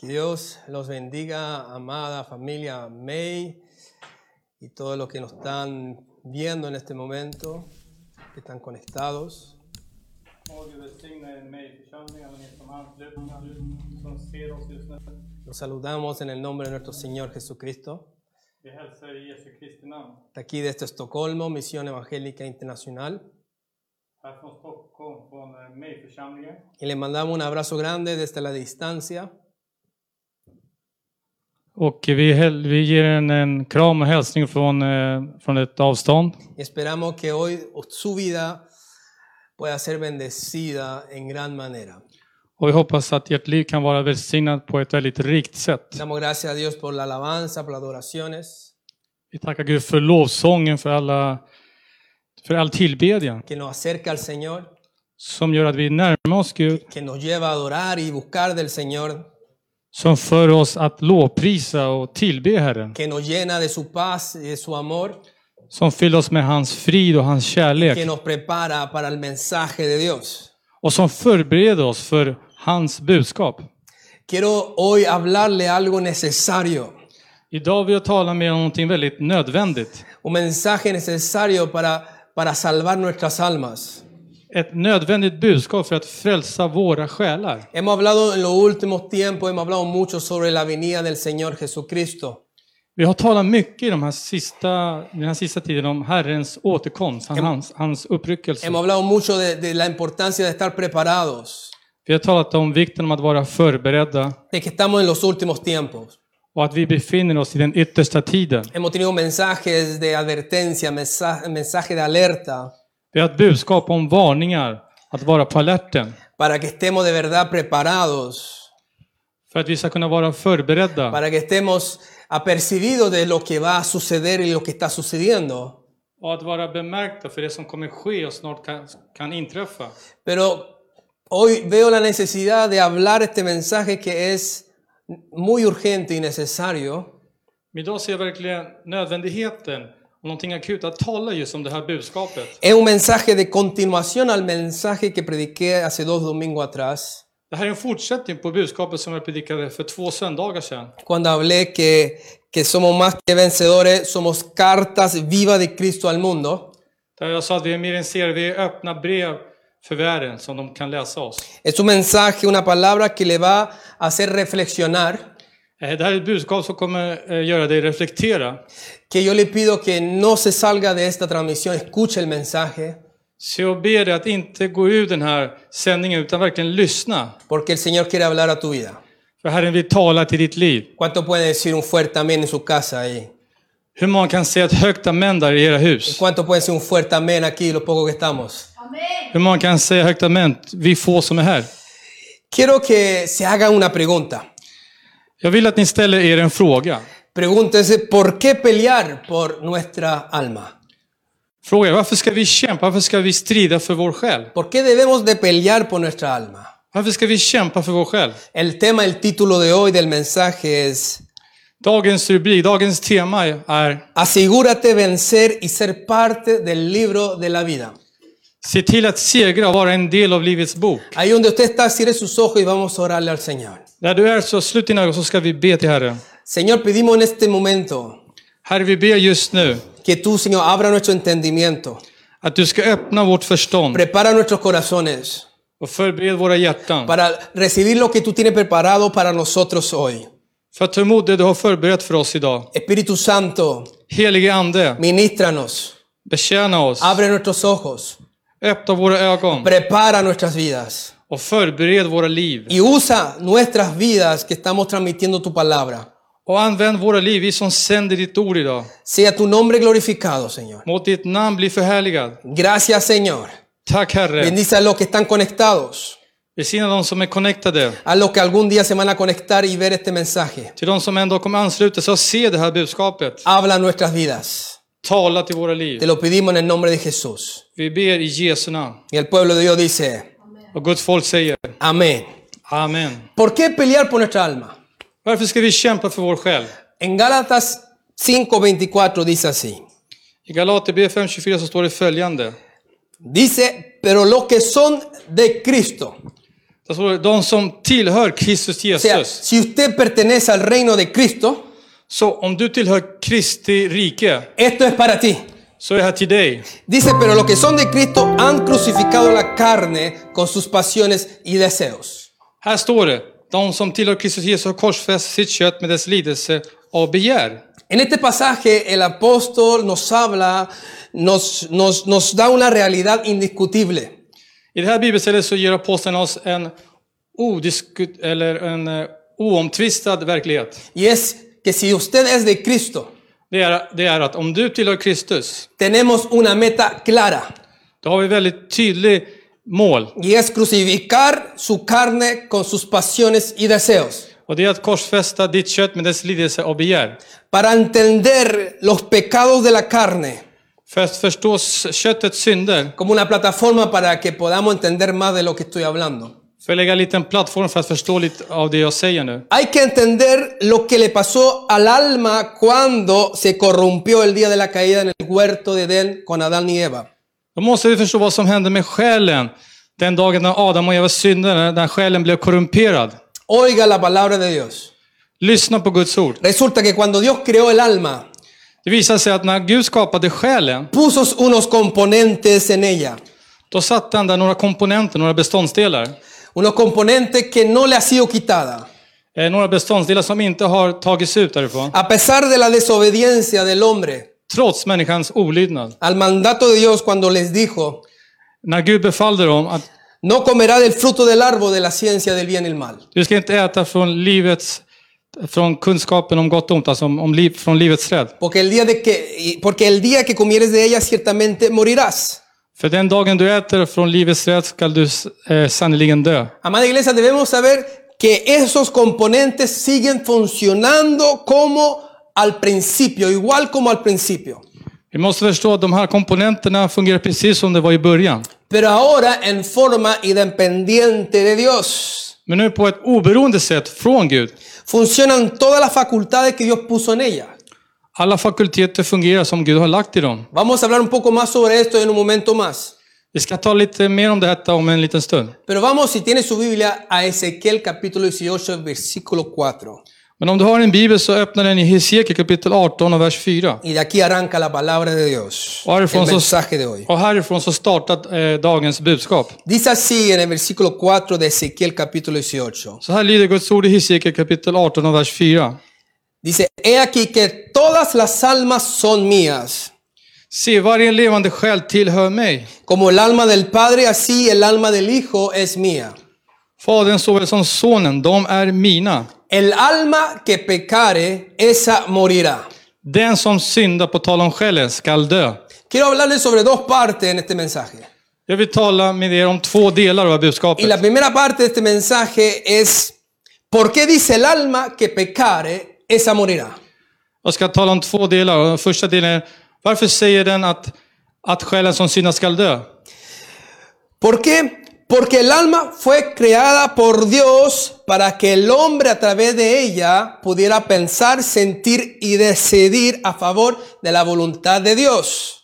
Que Dios los bendiga, amada familia May y todos los que nos están viendo en este momento, que están conectados. Fader välsigne mig, församlingen och ni som är anslutna, du som ser oss just nu. Los saludamos en el nombre de nuestro Señor Jesucristo. Vi hälsar i Jesu Kristi namn. De aquí desde Estocolmo, Misión Evangélica Internacional. Här från Stockholm, från eh, mig, församlingen. Y les mandamos un abrazo grande desde la distancia. Och vi, häl- vi ger en, en kram och hälsning från, eh, från ett avstånd. Y esperamos que hoy su vida pueda ser bendecida en gran manera. Och vi hoppas att ert liv kan vara välsignat på ett väldigt rikt sätt. Damos gracias a Dios por la alabanza, por las adoraciones Vi tackar Gud för lovsången, för, alla, för all tillbedjan que nos acerca al Señor, som gör att vi närmar oss Gud, que nos lleva a adorar y buscar del Señor, som för oss att lovprisa och tillbe Herren, que nos llena de su paz y de su amor, som fyller oss med hans frid och hans que kärlek nos prepara para el mensaje de Dios. och som förbereder oss för hans budskap. Quiero hoy hablarle algo necesario, Idag vill jag tala med er om någonting väldigt nödvändigt. un mensaje necesario para, para salvar nuestras almas. Ett nödvändigt budskap för att frälsa våra själar. Hemos hablado en los últimos tiempos, hemos hablado mucho sobre la venida del Señor Jesucristo. Vi har talat mycket i de här sista, den här sista tiden om Herrens återkomst, han- hans, hans uppryckelse. Hemos hablado mucho de, de la importancia de estar preparados, Vi har talat om vikten om att vara förberedda de que estamos en los últimos tiempos. och att vi befinner oss i den yttersta tiden. Hemos tenido mensajes de advertencia, mensaje, mensaje de alerta, Vi har ett budskap om varningar, att vara på alerten. para que estemos de verdad preparados, För att vi ska kunna vara förberedda para que estemos apercibidos de lo que va a suceder y lo que está sucediendo. och att vara bemärkta för det som kommer ske och snart kan, kan inträffa. Pero hoy veo la necesidad de hablar este mensaje que es muy urgente y necesario, Men idag ser jag verkligen nödvändigheten och någonting akut att tala just om det här budskapet. es un mensaje de continuación al mensaje que prediqué hace dos domingos atrás, Det här är en fortsättning på budskapet som jag predikade för två söndagar sedan. cuando hablé que, que somos más que vencedores, somos cartas vivas de Cristo al mundo. Där jag sa att vi är mer än ser, vi är öppna brev för världen som de kan läsa oss. Es un mensaje, una palabra que le va a hacer reflexionar, Eh, Det här är ett budskap som kommer eh, göra dig reflektera. que yo le pido que no se salga de esta transmisión, escuche el mensaje, Så jag ber dig att inte gå ur den här sändningen utan verkligen lyssna. porque el Señor quiere hablar a tu vida. För Herren vill tala till ditt liv. ¿Cuánto puede decir un fuerte amén en su casa ahí? Hur många kan säga ett högt amen där i era hus? ¿Cuánto puede decir un fuerte amén aquí, lo poco que estamos? Hur många kan säga högt amen, vi få som är här? Quiero que se haga una pregunta. Jag vill att ni ställer er en fråga. Pregúntense, ¿por qué pelear por nuestra alma? Fråga er, varför ska vi kämpa? Varför ska vi strida för vår själ? ¿Por qué debemos de pelear por nuestra alma? Varför ska vi kämpa för vår själ? El tema, el título de hoy del mensaje es, Dagens rubrik, dagens tema är asegúrate vencer y ser parte del libro de la vida. Se till att segra och vara en del av livets bok. Ahí donde usted está, cierre sus ojos y vamos a orarle al Señor. Där du är så slut dina ögon så ska vi be till Herren. Señor, pedimos en este momento Herre, vi ber just nu que tú, Señor, abra nuestro entendimiento, att du ska öppna vårt förstånd prepara nuestros corazones. och förbered våra hjärtan para recibir lo que tú tienes preparado para nosotros hoy. för att ta emot det du har förberett för oss idag. Espíritu Santo, Helige Ande, ministranos, betjäna oss, abre nuestros ojos, öppna våra ögon prepara nuestras vidas och förbered våra liv. y usa nuestras vidas que estamos transmitiendo tu palabra. Och använd våra liv, vi som sänder ditt ord idag. Sea tu nombre glorificado, Señor. Må ditt namn bli förhärligad. Gracias, Señor. Tack Herre. Bendice a los que están conectados, Välsigna de som är connectade, a los que algún día se van a conectar y ver este mensaje. till de som ändå kommer ansluta sig och se det här budskapet. Habla nuestras vidas. Tala till våra liv. Te lo pedimos en el nombre de Jesús. Vi ber i Jesu namn. Y el pueblo de Dios dice, Och Guds folk säger amén. Amen. ¿Por qué pelear por nuestra alma? Varför ska vi kämpa för vår själ? En Gálatas 5:24 dice así. I Galaterbrevet 5.24 så står det följande. Dice, pero los que son de Cristo, Där står det, de som tillhör Kristus O sea, Jesus. si usted pertenece al reino de Cristo, Så om du tillhör Kristi rike, esto es para ti. så är det här till dig. Dice, pero los que son de Cristo han crucificado la carne con sus pasiones y deseos. Här står det, de som tillhör Kristus Jesus har korsfäst sitt kött med dess lidelse av begär. En este pasaje el apóstol nos habla, nos, nos, nos da una realidad indiscutible. I det här bibelstället så ger aposteln oss en, odiskut, eller en eh, oomtvistad verklighet. Y es que si usted es de Cristo, Det är, det är att om du tillhör Kristus, tenemos una meta clara. då har vi väldigt tydligt mål. Y es crucificar su carne con sus pasiones y deseos. Och det är att korsfästa ditt kött med dess lidelse av begär. Para entender los pecados de la carne För att förstå s- köttets synder, como una plataforma para que podamos entender más de lo que estoy hablando. för att lägga en liten plattform för att förstå lite av det jag säger nu. Hay que entender lo que le pasó al alma cuando se corrompió el día de la caída en el huerto de Edén con Adán y Eva. Då måste vi förstå vad som hände med själen den dagen när Adam och Eva syndade, när själen blev korrumperad. Oiga la palabra de Dios. Lyssna på Guds ord. Resulta que cuando Dios creó el alma, Det visar sig att när Gud skapade själen, puso unos componentes en ella. då satte han där några komponenter, några beståndsdelar. Unos componentes que no le ha sido quitada. Eh, några beståndsdelar som inte har tagits ut därifrån. A pesar de la desobediencia del hombre Trots människans olydnad. al mandato de Dios cuando les dijo, När Gud befallde dem att no comerá del fruto del árbol de la ciencia del bien y el mal. du ska inte äta från livets, från kunskapen om gott och ont, alltså om, om liv, från livets träd. Porque el día de que y- porque el día que comieres de ella ciertamente morirás. För den dagen du äter från livets träd skall du eh, sannerligen dö. Amada iglesia, debemos saber que esos componentes siguen funcionando como al principio, igual como al principio. Vi måste förstå att de här komponenterna fungerar precis som det var i början. Pero ahora en forma independiente de Dios. Men nu på ett oberoende sätt från Gud. Funcionan todas las facultades que Dios puso en ella. Alla fakulteter fungerar som Gud har lagt i dem. Vamos a hablar un poco más sobre esto en un momento más. Vi ska ta lite mer om detta om en liten stund. Pero vamos, si tiene su Biblia, a Ezequiel capítulo 18, versículo 4. Men om du har en bibel så öppna den i Hesekiel kapitel 18 och vers 4. Y de aquí arranca la palabra de Dios. Och El härifrån, så, mensaje de hoy. och härifrån så startar eh, dagens budskap. Dice así en el versículo 4 de Ezequiel capítulo 18. Så här lyder Guds ord i Hesekiel kapitel 18 och vers 4. Dice, he aquí que todas las almas son mías. Se, varje levande själ tillhör mig. Como el alma del Padre, así el alma del Hijo es mía. Fadern såväl som sonen, de är mina. El alma que pecare, esa morirá. Den som syndar på tal om själen skall dö. Quiero hablarles sobre dos partes en este mensaje. Jag vill tala med er om två delar av det här Y budskapet. la primera parte de este mensaje es, ¿por qué dice el alma que pecare, esa morirá? Jag ska tala om två delar. Och Den första delen är, varför säger den att, att själen som syndar skall dö? ¿Por qué? Porque el alma fue creada por Dios para que el hombre a través de ella pudiera pensar, sentir y decidir a favor de la voluntad de Dios.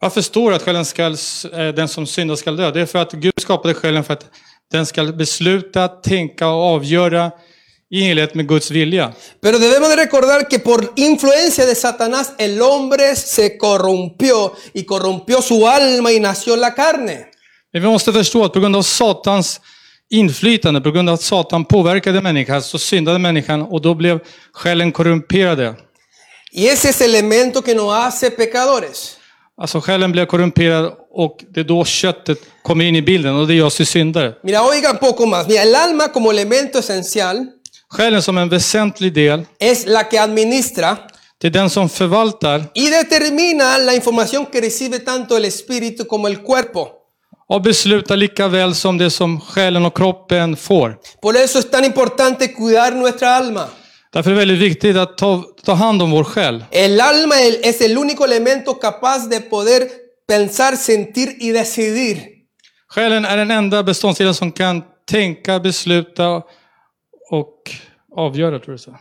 Varför står det att själen skall, eh, den som syndar skall dö? Det är för att Gud skapade själen för att den ska besluta, tänka och avgöra i enlighet med Guds vilja. Pero debemos de recordar que por influencia de Satanás el hombre se corrompió y corrompió su alma y nació en la carne. Men vi måste förstå att på grund av Satans inflytande, på grund av att Satan påverkade människan, så syndade människan och då blev själen korrumperade. Y ese es el elemento que nos hace pecadores. Alltså själen blev korrumperad och det är då köttet kommer in i bilden och det gör oss till syndare. Mira, oiga un poco más. Mira, el alma como elemento esencial Själen som en väsentlig del, es la que administra det är den som förvaltar y determina la información que recibe tanto el espíritu como el cuerpo. och beslutar lika väl som det som själen och kroppen får. Por eso es tan importante cuidar nuestra alma. Därför är det väldigt viktigt att ta, ta hand om vår själ. El alma el- es el único elemento capaz de poder pensar, sentir y decidir. Själen är den enda beståndsdelen som kan tänka, besluta och avgöra. Tror jag. så.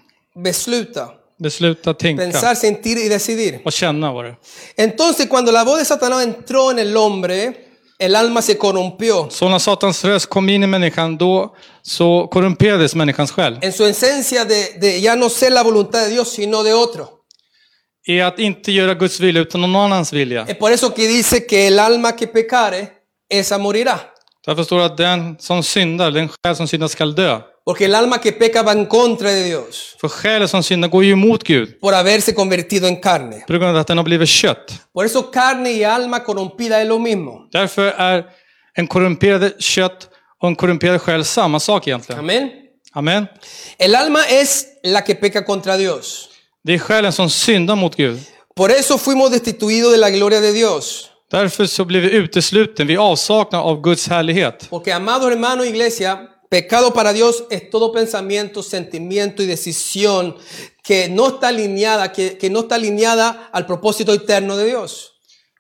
Besluta. Besluta, tänka Pensar, sentir y decidir. och känna var det. Entonces, cuando la voz de Satanás entró en el hombre, el alma se corrompió. Så när Satans röst kom in i människan, då så korrumperades människans själ. En su esencia de, de ya no ser la voluntad de Dios, sino de otro. I att inte göra Guds vilja utan någon annans vilja. Es por eso que dice que el alma que pecare, esa morirá. Därför står det att den som syndar, den själ som syndar skall dö. Porque el alma que peca va en contra de Dios För själen som syndar går ju emot Gud, por haberse convertido en carne. på grund av att den har blivit kött. Por eso carne y alma corrompida es lo mismo. Därför är en korrumperad kött och en korrumperad själ samma sak egentligen. Amén. Amen. El alma es la que peca contra Dios. Det är själen som syndar mot Gud. Por eso fuimos destituidos de la gloria de Dios. Därför så blir vi utesluten, vi avsaknar av Guds härlighet. Porque, amado hermano, iglesia, pecado para Dios es todo pensamiento, sentimiento y decisión que no está alineada, que, que no está alineada al propósito eterno de Dios.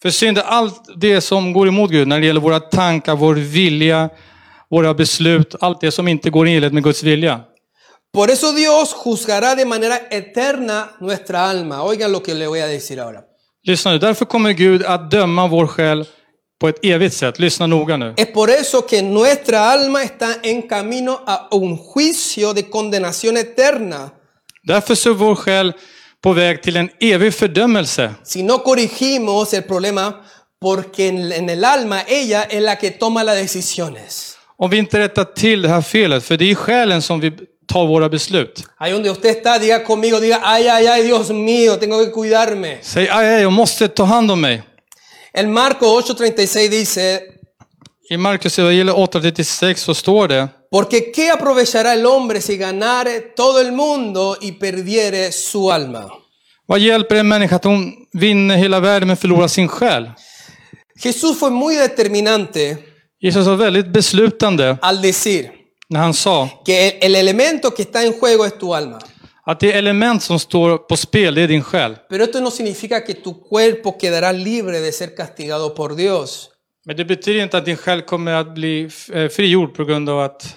För synd är allt det som går emot Gud när det gäller våra tankar, vår vilja, våra beslut, allt det som inte går i enlighet med Guds vilja. Por eso Dios juzgará de manera eterna nuestra alma. Oigan lo que le voy a decir ahora. Lyssna nu, därför kommer Gud att döma vår själ på ett evigt sätt. Lyssna noga nu. Es por eso que nuestra alma está en camino a un juicio de condenación eterna Därför så är vår själ på väg till en evig fördömelse. si no corregimos el problema porque en- en el alma ella es la que toma las decisiones. Om vi inte rättar till det här felet, för det är själen som vi tar våra beslut. Ahí donde usted está, diga conmigo, diga, ay, ay, ay, Dios mío, tengo que cuidarme. Säg aj, aj, jag måste ta hand om mig. El Marco 8:36 dice, I Markus evangeliet 8.36 så står det porque ¿qué aprovechará el hombre si ganare todo el mundo y perdiere su alma? Vad hjälper en människa att hon vinner hela världen men förlorar sin själ? Jesús fue muy determinante Jesus var väldigt beslutande al decir när han sa que el, el elemento que está en juego es tu alma. att det element som står på spel, det är din själ. Pero esto no significa que tu cuerpo quedará libre de ser castigado por Dios. Men det betyder inte att din själ kommer att bli eh, frigjord på grund av att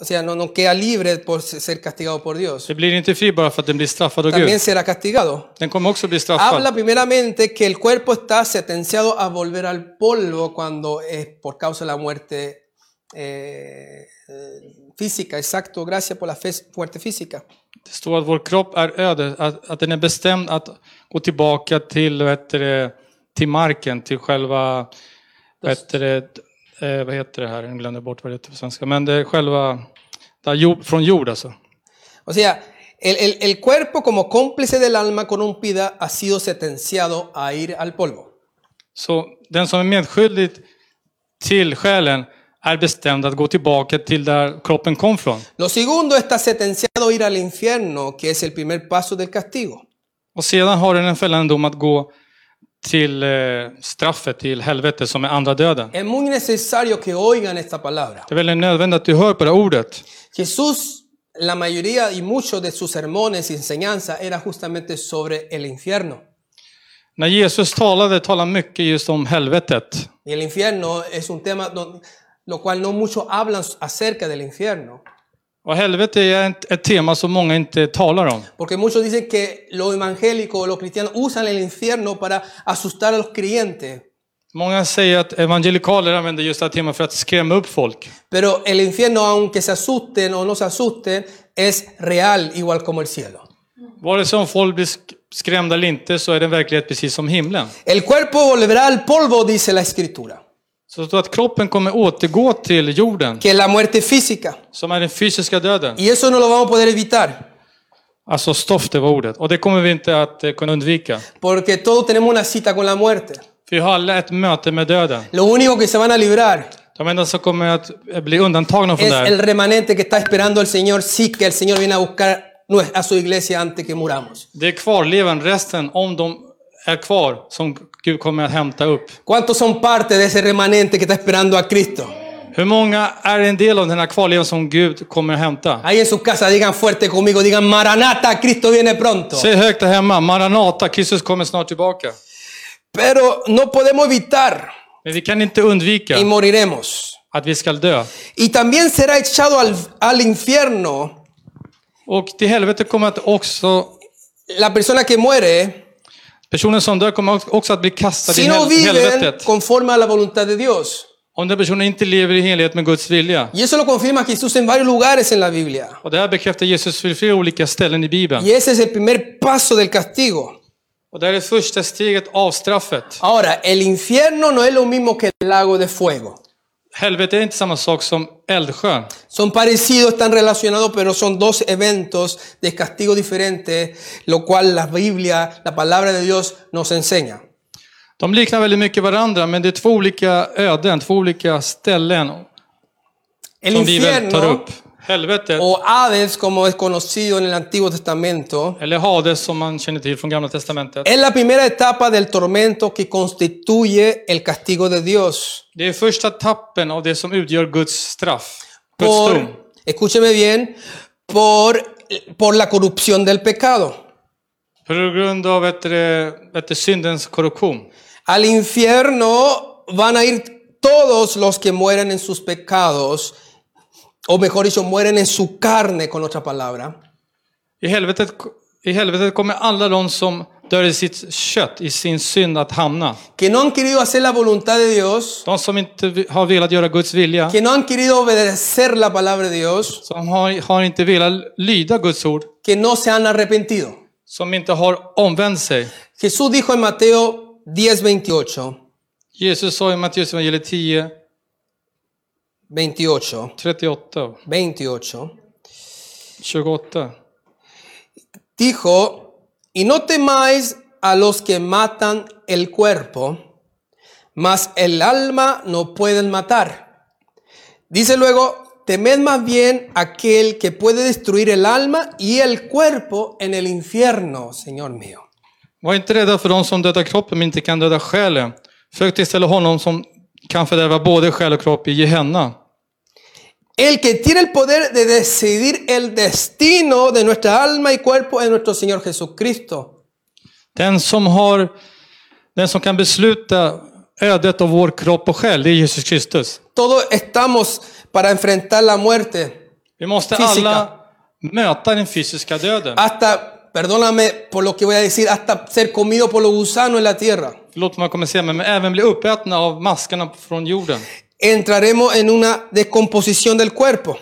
O sea, no, no queda libre por se- ser castigado por Dios. det blir inte fri bara för att den blir straffad av También Gud. será castigado. Den kommer också bli straffad. Habla primeramente que el cuerpo está sentenciado a volver al polvo cuando es por causa de la muerte eh, eh, física. Exacto, gracias por la fe- muerte física. Det står att vår kropp är öde, att, att den är bestämd att gå tillbaka till, vad heter det, till marken, till själva... Vad heter det, eh, vad heter det här? Jag glömde bort vad det heter på svenska. Men det är själva... Där, jord, från jord alltså. O sea, el, el- el cuerpo como cómplice del alma corrompida ha sido sentenciado a ir al polvo. Så den som är medskyldig till själen är bestämd att gå tillbaka till där kroppen kom från. Lo segundo está sentenciado a ir al infierno, que es el primer paso del castigo. Och sedan har den en fällande dom att gå till eh, straffet, till helvetet som är andra döden. Es muy necesario que oigan esta palabra. Det är väldigt nödvändigt att du hör på det här ordet. Jesús, la mayoría y muchos de sus sermones y enseñanzas era justamente sobre el infierno. När Jesus talade, talade han mycket just om helvetet. Y el infierno es un tema don- lo cual no muchos hablan acerca del infierno. Och helvete är ett, ett tema som många inte talar om. Porque muchos dicen que los evangélicos o los cristianos usan el infierno para asustar a los creyentes. Många säger att evangelikaler använder just det här temat för att skrämma upp folk. Pero el infierno, aunque se asusten o no se asusten, es real igual como el cielo. Vare sig om folk blir sk- skrämda eller inte så är det en verklighet precis som himlen. El cuerpo volverá al polvo, dice la escritura, Så det står att kroppen kommer återgå till jorden, que es la muerte física. som är den fysiska döden. Y eso no lo vamos a poder evitar. Alltså stoff, det var ordet. Och det kommer vi inte att eh, kunna undvika. Porque todos tenemos una cita con la muerte. För vi har alla ett möte med döden. Lo único que se van a librar De enda som kommer att eh, bli undantagna från es det el här, remanente que está esperando al Señor. Sí, que el Señor viene a buscar nue- a su iglesia antes que muramos. det är kvarlevan, resten, om de är kvar, som Gud kommer att hämta upp. ¿Cuántos son parte de ese remanente que está esperando a Cristo? Hur många är en del av den här kvarlevan som Gud kommer att hämta? Ahí en su casa digan fuerte conmigo, digan Maranata, Cristo viene pronto. Säg högt där hemma, Maranata, Kristus kommer snart tillbaka. Pero no podemos evitar Men vi kan inte undvika y moriremos. att vi ska dö. Y también será echado al, al infierno Och till helvete kommer att också la persona que muere Personen som dör kommer också att bli kastad si i no hel- viven helvetet. conforme a la voluntad de Dios. Om den personen inte lever i enlighet med Guds vilja. Y eso lo confirma Jesús en varios lugares en la Biblia. Och det här bekräftar Jesus vid flera olika ställen i Bibeln. Y ese es el primer paso del castigo. Och det här är första steget, avstraffet. Ahora, el infierno no es lo mismo que el lago de fuego. Helvete är inte samma sak som eldsjön. Son parecidos, están relacionados, pero son dos eventos de castigo diferentes, lo cual la Biblia, la palabra de Dios nos enseña. De liknar väldigt mycket varandra, men det är två olika öden, två olika ställen El som Bibeln tar infierno upp. Helvetet, o Hades, como es conocido en el Antiguo Testamento, eller Hades som man känner till från Gamla Testamentet. es la primera etapa del tormento que constituye el castigo de Dios. Det är första tappen av det som utgör Guds straff, Guds dom. Por, escúcheme bien, por, por la corrupción del pecado. På grund av ett, ett, syndens korruption. Al infierno van a ir todos los que mueren en sus pecados, o mejor dicho, mueren en su carne, con otra palabra. I helvetet, I helvetet kommer alla de som dör i sitt kött, i sin synd, att hamna. Que no han querido hacer la voluntad de Dios, De som inte vi- har velat göra Guds vilja, que no han querido obedecer la palabra de Dios, som har, har inte velat lyda Guds ord, que no se han arrepentido. som inte har omvänt sig. Jesús dijo en Mateo 10, 28, Jesus sa i Matteus evangeliet 10, 28, 38, 28, 28. dijo, y no temáis a los que matan el cuerpo, mas el alma no pueden matar. Dice luego, temed más bien aquel que puede destruir el alma y el cuerpo en el infierno, Señor mío. Var inte rädda för de som dödar kroppen men inte kan döda själen. Frukt istället honom som kan fördärva både själ och kropp i Gehenna. El que tiene el poder de decidir el destino de nuestra alma y cuerpo es nuestro Señor Jesucristo. Den som, har, den som kan besluta ödet av vår kropp och själ, det är Jesus Kristus. Todos estamos para enfrentar la muerte. Vi måste Fysiska. Ah. alla möta den fysiska döden. Hasta, perdóname por lo que voy a decir, hasta ser comido por los gusanos en la tierra. Förlåt om jag kommer säga, men även bli uppätna av maskarna från jorden. Entraremos en una descomposición del cuerpo.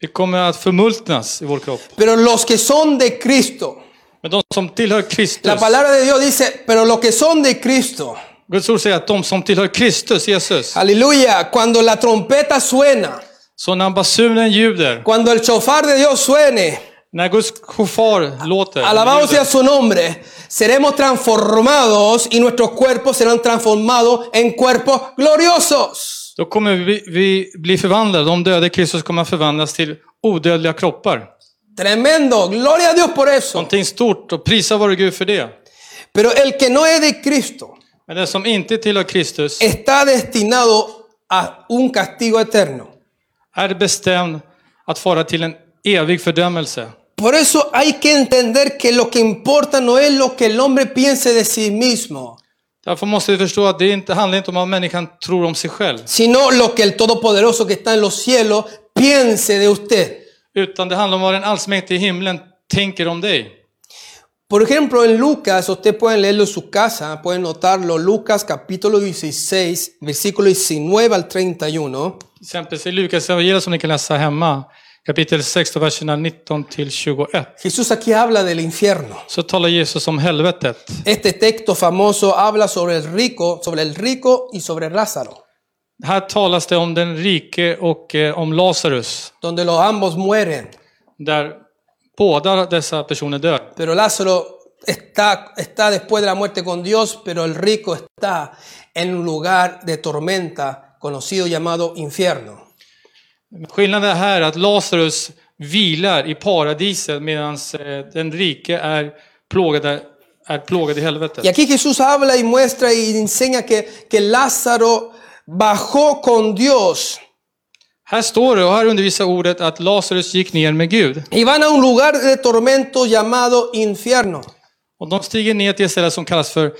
Vi kommer att förmultnas i vår kropp. Pero los que son de Cristo, Men de som tillhör Kristus, la palabra de Dios dice, pero los que son de Cristo, Guds ord säger att de som tillhör Kristus, Jesus, aleluya, cuando la trompeta suena, så när basunen ljuder, cuando el chofar de Dios suene, när Guds chaufför låter, Alabado ljuder, sea su nombre. Seremos transformados y nuestros cuerpos serán transformados en cuerpos gloriosos. då kommer vi, vi bli förvandlade. De döda i Kristus kommer att förvandlas till odödliga kroppar. Tremendo. Gloria a Dios por eso. Någonting stort och prisa vare Gud för det. Pero el que no es de Cristo Men den som inte tillhör Kristus está destinado a un castigo eterno. är bestämd att fara till en evig fördömelse. Por eso hay que entender que lo que importa no es lo que el hombre piense de sí mismo, Därför måste vi förstå att det inte handlar inte om vad människan tror om sig själv, sino lo que el Todopoderoso que está en los cielos piense de usted. utan det handlar om vad den allsmäktige i himlen tänker om dig. Por ejemplo, en Lucas, ustedes pueden leerlo en su casa, pueden notarlo, Lucas capítulo 16, versículo 19 al 31. Exempelvis i Lukas evangeliet som ni kan läsa hemma, kapitel 6, och verserna 19 till 21, Jesús aquí habla del infierno. så talar Jesus om helvetet. Este texto famoso habla sobre el rico, sobre el rico y sobre Lázaro, Här talas det om den rike och eh, om Lazarus, donde los ambos mueren, där båda dessa personer dör. pero Lázaro está, está después de la muerte con Dios, pero el rico está en un lugar de tormenta conocido llamado infierno. Skillnaden här är att Lazarus vilar i paradiset medan den rike är plågad, är plågad i helvetet. Y aquí Jesús habla y muestra y enseña que, que Lázaro bajó con Dios Här står det, och här undervisar ordet, att Lazarus gick ner med Gud. y van a un lugar de tormento llamado infierno. Och de stiger ner till ett ställe som kallas för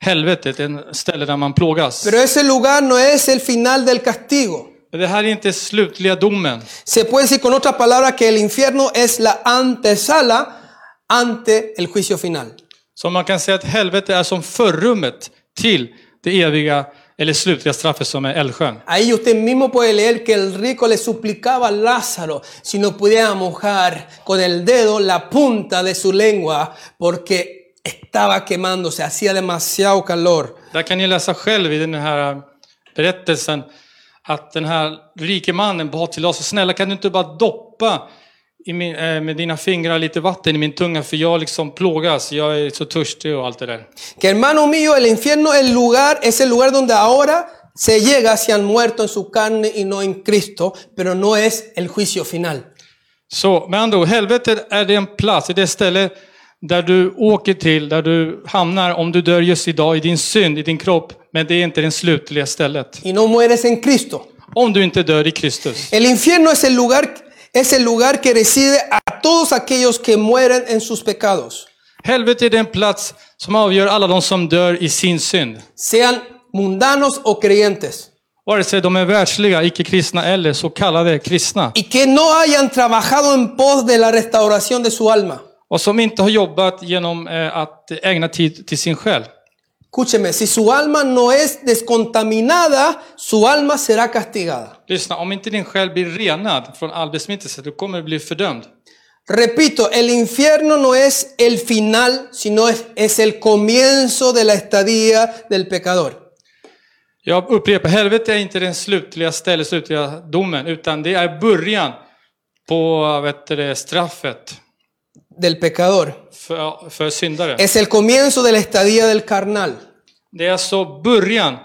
helvetet, en ställe där man plågas. Pero ese lugar no es el final del castigo. Men det här är inte slutliga domen. Se puede decir con otra palabra que el infierno es la antesala ante el juicio final. Så man kan säga att helvetet är som förrummet till det eviga eller slutliga straffet som är eldsjön. Ahí usted mismo puede leer que el rico le suplicaba a Lázaro si no pudiera mojar con el dedo la punta de su lengua porque estaba quemándose, hacía demasiado calor. Där kan ni läsa själv i den här äh, berättelsen att den här rike mannen bad till oss, snälla kan du inte bara doppa i min, eh, med dina fingrar lite vatten i min tunga för jag liksom plågas, jag är så törstig och allt det där. Que hermano mío, el infierno el lugar, es el lugar donde ahora se llega si han muerto en su carne y no en Cristo, pero no es el juicio final. Så med andra ord, helvetet är den plats, det ställe där du åker till, där du hamnar om du dör just idag i din synd, i din kropp. Men det är inte det slutliga stället. Y no mueres en Cristo. Om du inte dör i Kristus. El infierno es el lugar es el lugar que recibe a todos aquellos que mueren en sus pecados, Helvetet är den plats som avgör alla de som dör i sin synd. sean mundanos o creyentes, Vare sig de är världsliga, icke-kristna eller så kallade kristna. y que no hayan trabajado en pos de la restauración de su alma. Och som inte har jobbat genom eh, att ägna tid till sin själ. Escúcheme, si su alma no es descontaminada, su alma será castigada. Lyssna, om inte din själ blir renad från all besmittelse, du kommer bli fördömd. Repito, el infierno no es el final, sino es, es el comienzo de la estadía del pecador. Jag upprepar, helvetet är inte den slutliga stället, slutliga domen, utan det är början på vet du, det, straffet Del pecador. för, för syndare. Es el comienzo de la estadía del carnal. Det är alltså början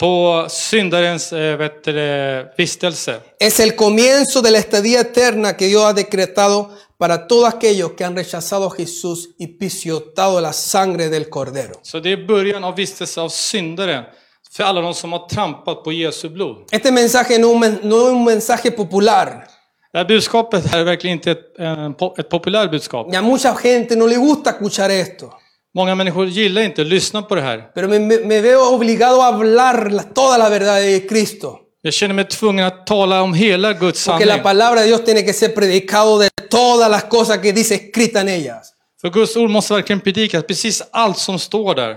på syndarens eh, vet du, det, vistelse. Es el comienzo de la estadía eterna que Dios ha decretado para todos aquellos que han rechazado a Jesús y pisoteado la sangre del Cordero. Så det är början av vistelse av syndaren för alla de som har trampat på Jesu blod. Este mensaje no, es un men- no es un mensaje popular. Det här budskapet här är verkligen inte ett, en po- ett populärt budskap. Y a mucha gente no le gusta escuchar esto. Många människor gillar inte att lyssna på det här. Pero me, me- me veo obligado a hablar la- toda la verdad de Cristo. Jag känner mig tvungen att tala om hela Guds Porque sanning. la palabra de Dios tiene que ser predicado de todas las cosas que dice escrita en ellas. För Guds ord måste verkligen predikas, precis allt som står där.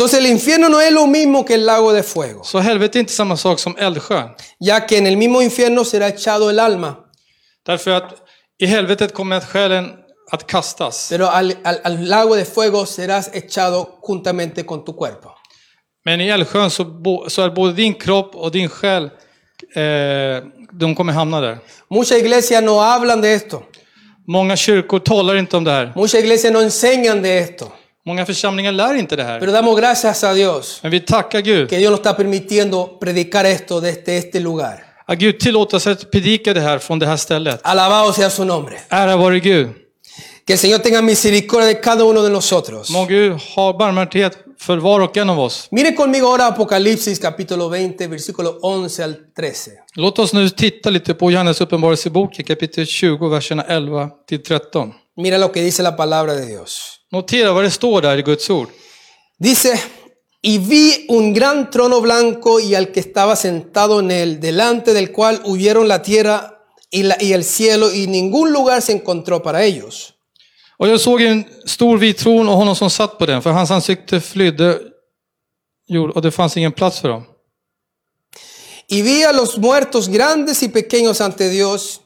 Entonces el infierno no es lo mismo que el lago de fuego, Så helvetet är inte samma sak som eldsjön. ya que en el mismo infierno será echado el alma, Därför att i helvetet kommer att själen att kastas. Pero al, al- al lago de fuego serás echado juntamente con tu cuerpo. Men i eldsjön så, bo, så är både din kropp och din själ, eh, de kommer hamna där. Muchas iglesias no hablan de esto. Många kyrkor talar inte om det här. Muchas iglesias no enseñan de esto. Många församlingar lär inte det här. Pero damos gracias a Dios Men vi tackar Gud, que Dios nos está permitiendo predicar esto desde este lugar. att Gud tillåter oss att predika det här från det här stället. Alabado sea su nombre. Ära vare Gud. Que el Señor tenga misericordia de cada uno de nosotros. Må Gud ha barmhärtighet för var och en av oss. Mire conmigo ahora Apocalipsis capítulo 20, versículo 11 al 13. Låt oss nu titta lite på Johannes uppenbarelsebok i kapitel 20, verserna 11 till 13. Mira lo que dice la palabra de Dios. Notera vad det står där i Guds ord. Dice, y vi un gran trono blanco y al que estaba sentado en él, delante del cual huyeron la tierra y, la- y el cielo y ningún lugar se encontró para ellos. Och jag såg en stor vit tron och honom som satt på den, för hans ansikte flydde jord och det fanns ingen plats för dem. Y vi a los muertos grandes y pequeños ante Dios,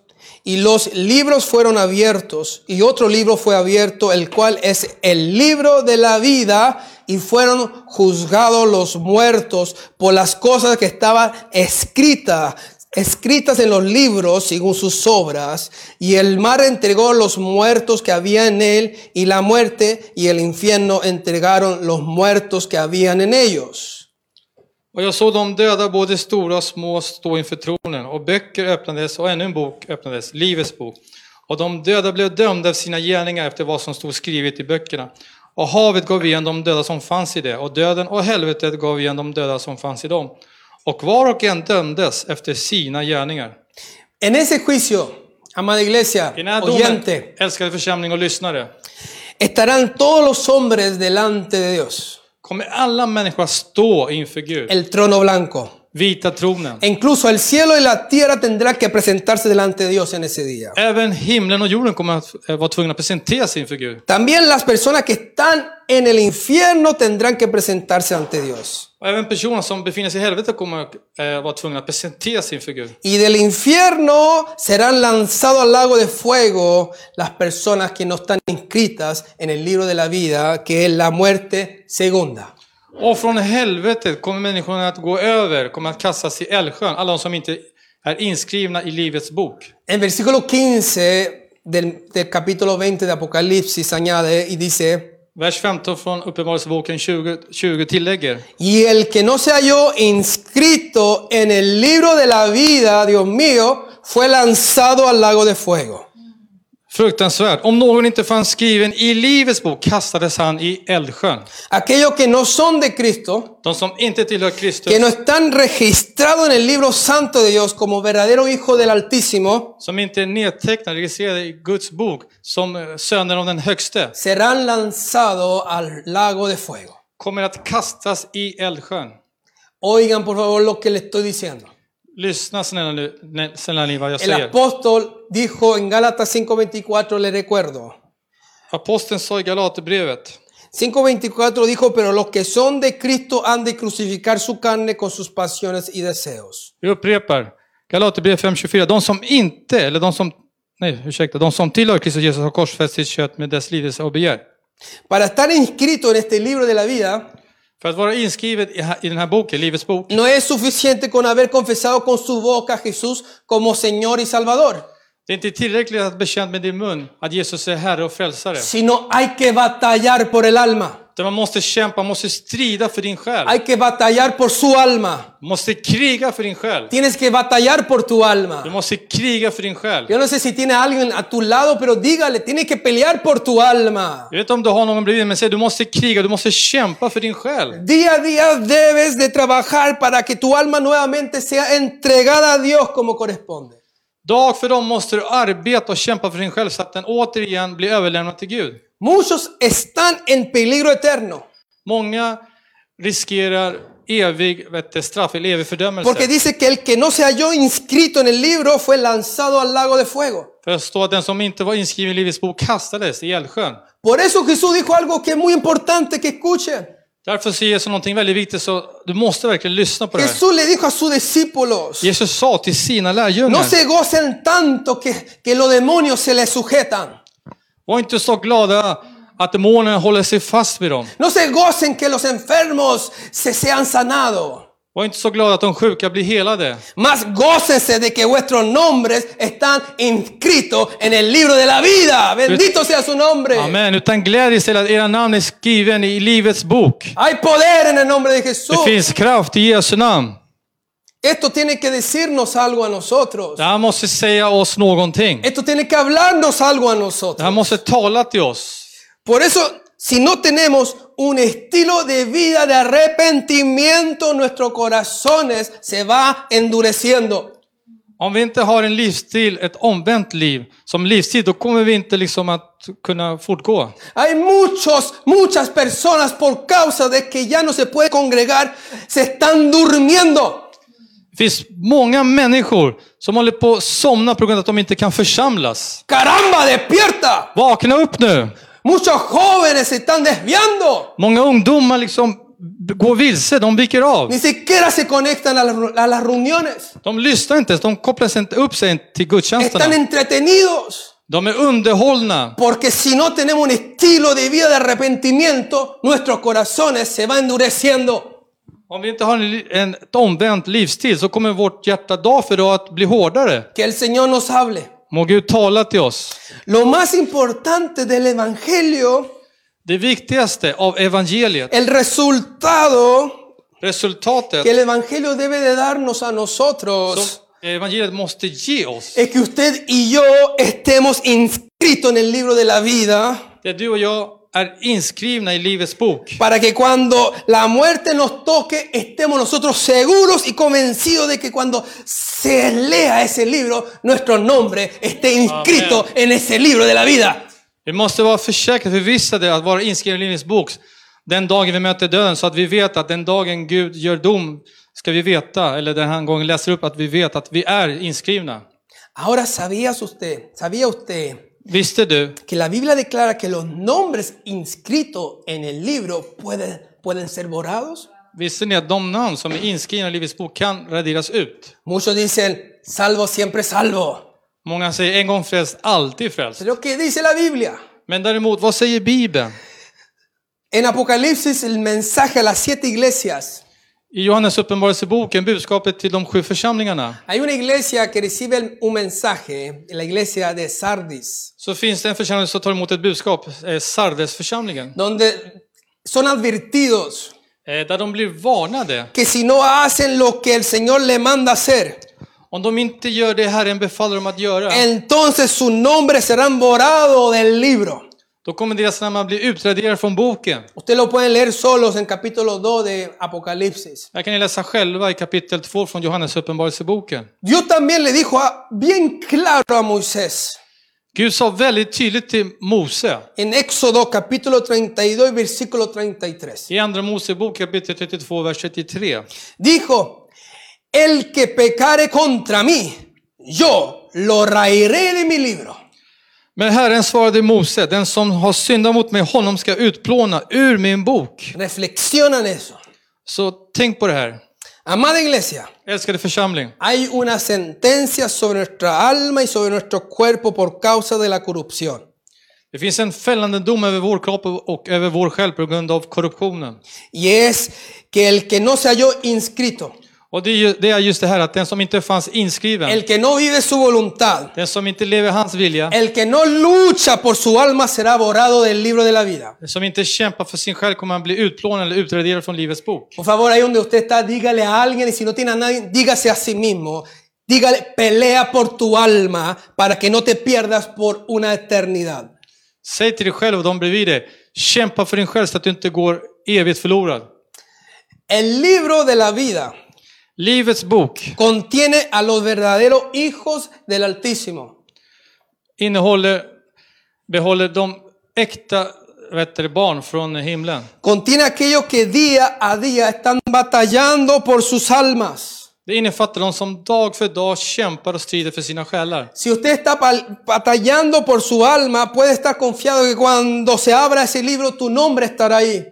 y los libros fueron abiertos, y otro libro fue abierto, el cual es el libro de la vida, y fueron juzgados los muertos por las cosas que estaban escritas, escritas en los libros según sus obras, y el mar entregó los muertos que había en él, y la muerte y el infierno entregaron los muertos que habían en ellos. Och jag såg de döda, både stora och små, stå inför tronen, och böcker öppnades och ännu en bok öppnades, Livets bok. Och de döda blev dömda efter sina gärningar efter vad som stod skrivet i böckerna. Och havet gav igen de döda som fanns i det, och döden och helvetet gav igen de döda som fanns i dem. Och var och en dömdes efter sina gärningar. En ese juicio, amada iglesia, I den här domen, oyente, älskade församling och lyssnare, estarán todos los hombres delante de Dios, kommer alla människor att stå inför Gud, el trono blanco, vita tronen. E incluso el cielo y la tierra tendrán que presentarse delante de Dios en ese día. Även himlen och jorden kommer att eh, vara tvungna att presentera sig inför Gud. También las personas que están en el infierno tendrán que presentarse ante Dios. Och även personer som befinner sig i helvetet kommer att eh, vara tvungna att presentera sig inför Gud. Y del infierno serán lanzados al lago de fuego las personas que no están inscritas en el libro de la vida, que es la muerte segunda. Och från helvetet kommer människorna att gå över, kommer att kastas i eldsjön, alla de som inte är inskrivna i Livets bok. En versículo 15 del, del capítulo 20 de Apocalipsis añade y dice, Vers 15 från Uppenbarelseboken 20, 20 tillägger. Y el que no se halló inscrito en el libro de la vida, Dios mío, fue lanzado al lago de fuego. Fruktansvärt. Om någon inte fanns skriven i Livets bok kastades han i eldsjön. Aquellos que no son de Cristo, De som inte tillhör Kristus, que no están registrados en el libro santo de Dios como verdadero hijo del Altísimo, som inte är nedtecknade, registrerade i Guds bok, som eh, söner av den högste, serán lanzados al lago de fuego. kommer att kastas i eldsjön. Oigan por favor lo que le estoy diciendo. Lyssna snälla, nu- nä- snälla ni vad jag El säger. apóstol dijo en Gálatas 5:24, le recuerdo, Aposteln sa i Galaterbrevet 5.24 dijo, pero los que son de Cristo han de crucificar su carne con sus pasiones y deseos. Jag upprepar. Galaterbrevet 5.24. De som inte, eller de som, nej ursäkta, de som tillhör Kristus Jesus har korsfäst sitt kött med dess lidelse och begär. Para estar inscrito en este libro de la vida, För att vara inskrivet i ha- i den här boken, Livets bok, no es suficiente con haber confesado con su boca a Jesús como Señor y Salvador, det är inte tillräckligt att bekänna med din mun att Jesus är Herre och Frälsare. sino hay que batallar por el alma, Utan man måste kämpa, man måste strida för din själ. hay que batallar por su alma, Du måste kriga för din själ. tienes que batallar por tu Du alma. måste kriga för din själ. Yo no sé si tiene alguien a tu lado, pero dígale, tienes que pelear por tu alma. Jag vet inte om du har någon bredvid men säg du måste kriga, du måste kämpa för din själ. Día a día debes de trabajar para que tu alma nuevamente sea entregada a Dios como corresponde. Dag för dag måste du arbeta och kämpa för din själ så att den återigen blir överlämnad till Gud. Muchos están en peligro eterno Många riskerar evig vet, du, straff eller evig fördömelse. porque dice que el que no se halló inscrito en el libro fue lanzado al lago de fuego. För det står att den som inte var inskriven i Livets bok kastades i eldsjön. Por eso Jesús dijo algo que es muy importante que escuchen. Därför säger Jesus någonting väldigt viktigt, så du måste verkligen lyssna på det här. Jesús le dijo a sus discípulos, Jesus sa till sina no lärjungar, se gocen tanto que, que los demonios se les sujetan. var inte så glada att demonerna håller sig fast vid dem. No se gocen que los enfermos se sean sanados. Var inte så glada att de sjuka blir helade. Más gócense de que vuestros nombres están inscritos en el libro de la vida. Bendito sea su nombre. Amen. Utan glädj istället att era namn är skriven i Livets bok. Hay poder en el nombre de Jesús. Det finns kraft i Jesu namn. Esto tiene que decirnos algo a nosotros. Det här måste säga oss någonting. Esto tiene que hablarnos algo a Det här nosotros. måste tala till oss. Por eso, si no tenemos un estilo de vida de arrepentimiento, nuestros corazones se va endureciendo. Om vi inte har en livsstil, ett omvänt liv, som livsstil, då kommer vi inte liksom att kunna fortgå. Hay muchos, muchas personas por causa de que ya no se puede congregar, se están durmiendo. Det finns många människor som håller på att somna på grund av att de inte kan församlas. Caramba, despierta. Vakna upp nu! Muchos jóvenes se están desviando. Många ungdomar liksom b- går vilse, de viker av. Ni siquiera se conectan a, las- a las reuniones. De lyssnar inte ens, de kopplar inte upp sig till Están gudstjänsterna. entretenidos. De är underhållna. Porque si no tenemos un estilo de vida de arrepentimiento, nuestros corazones se van endureciendo. Om vi inte har en, li- en ett omvänt livsstil så kommer vårt hjärta dag för dag att bli hårdare. Que el Señor nos hable. Må Gud tala till oss. Lo más importante del Evangelio, Det viktigaste av evangeliet el resultado Resultatet que el Evangelio debe de darnos a som nosotros, evangeliet måste ge oss, es que usted y yo estemos inscritos en el libro de la vida. det är du och jag är inskrivna i Livets bok. Para que cuando la muerte nos toque, estemos nosotros seguros y convencidos de que cuando se lea ese libro, nuestro nombre esté inscrito Amén. en ese libro de la vida. Vi måste vara försäkrade, förvissade att vara inskrivna i Livets bok den dagen vi möter döden, så att vi vet att den dagen Gud gör dom ska vi veta, eller den här gången läser upp, att vi vet att vi är inskrivna. Ahora sabías usted, sabía usted Visste du que la Biblia declara que los nombres inscritos en el libro pueden, pueden ser borrados? Visste ni att de namn som är inskrivna i Livets bok kan raderas ut? Muchos dicen, salvo siempre salvo. Många säger en gång frälst, alltid frälst. Pero ¿qué dice la Biblia? Men däremot, vad säger Bibeln? En Apocalipsis el mensaje a las siete iglesias. I Johannes uppenbarelseboken, budskapet till de sju församlingarna, Hay una iglesia que recibe un mensaje, la iglesia de Sardis, så finns det en församling som tar emot ett budskap, eh, Sardesförsamlingen, donde son advertidos eh, där de blir varnade. que si no hacen lo que el Señor le manda hacer, Om de inte gör det Herren befaller dem att göra, entonces sus nombres serán borrados del libro. då kommer deras namn att bli utraderade från boken. Ustedes lo pueden leer solos en capítulo 2 de Apocalipsis. Där kan ni läsa själva i kapitel 2 från Johannes uppenbarelseboken. Dios también le dijo a- bien claro a Moisés Gud sa väldigt tydligt till Mose, en Éxodo capítulo 32 y versículo 33. i Andra Mosebok kapitel 32, vers 33. Dijo, el que pecare contra mí, yo lo raeré de mi libro. Men Herren svarade Mose, den som har syndat mot mig, honom ska jag utplåna ur min bok. Reflexiona en eso. Så tänk på det här. Amada iglesia, Älskade församling, hay una sentencia sobre nuestra alma y sobre nuestro cuerpo por causa de la corrupción. det finns en fällande dom över vår kropp och över vår själ på grund av korruptionen. Y es que el que no se halló inscrito, Och det är, ju, det är just det här att den som inte fanns inskriven, el que no vive su voluntad, den som inte lever hans vilja, El que no lucha por su alma será borrado del libro de la vida. den som inte kämpar för sin själ kommer att bli utplånad eller utraderad från Livets bok. Por favor, ahí donde usted está, dígale a alguien y si no tiene a nadie, dígase a sí mismo. Dígale, pelea por tu alma para que no te pierdas por una eternidad. Säg till dig själv och de bredvid dig, kämpa för din själ så att du inte går evigt förlorad. El libro de la vida Livets bok contiene a los verdaderos hijos del Altísimo. innehåller, behåller de äkta vet du, barn från himlen. Contiene a aquellos que día a día están batallando por sus almas. Det innefattar de som dag för dag kämpar och strider för sina själar. Si usted está pal- batallando por su alma, puede estar confiado que cuando se abra ese libro, tu nombre estará ahí.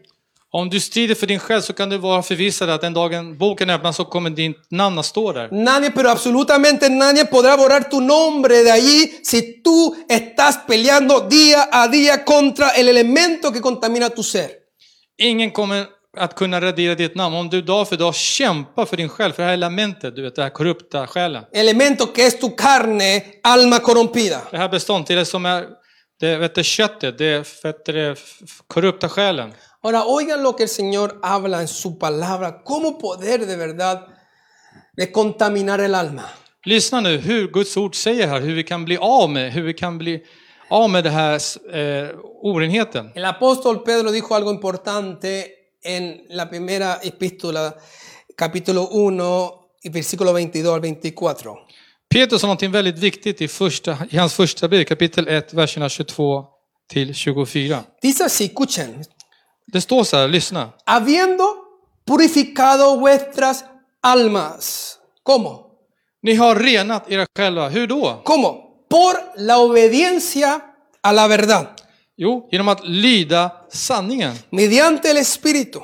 Om du strider för din själ så kan du vara förvissad att den dagen boken öppnas så kommer ditt namn att stå där. Nadie, pero absolutamente nadie podrá borrar tu nombre de allí si tú estás peleando día a día contra el elemento que contamina tu ser. Ingen kommer att kunna radera ditt namn om du dag för dag kämpar för din själ, för det här elementet, du vet, det här korrupta själen. Elemento que es tu carne, alma corrompida. Det här beståndet som är det, vet du, köttet, det, vet du, det f- korrupta själen. Ahora, oigan lo que el Señor habla en su palabra. ¿Cómo poder de verdad descontaminar el alma? Lyssna nu hur Guds ord säger här, hur vi kan bli av med, hur vi kan bli av med den här eh, orenheten. El apóstol Pedro dijo algo importante en la primera epístola, capítulo 1, y versículo 22 al 24. Petrus har någonting väldigt viktigt i, första, i hans första brev, kapitel 1, verserna 22 till 24. Dice así, escuchen, Det står så här, lyssna. habiendo purificado vuestras almas. ¿Cómo? Ni har renat era själva, hur då? ¿Cómo? Por la obediencia a la verdad, Jo, genom att lyda sanningen. mediante el Espíritu,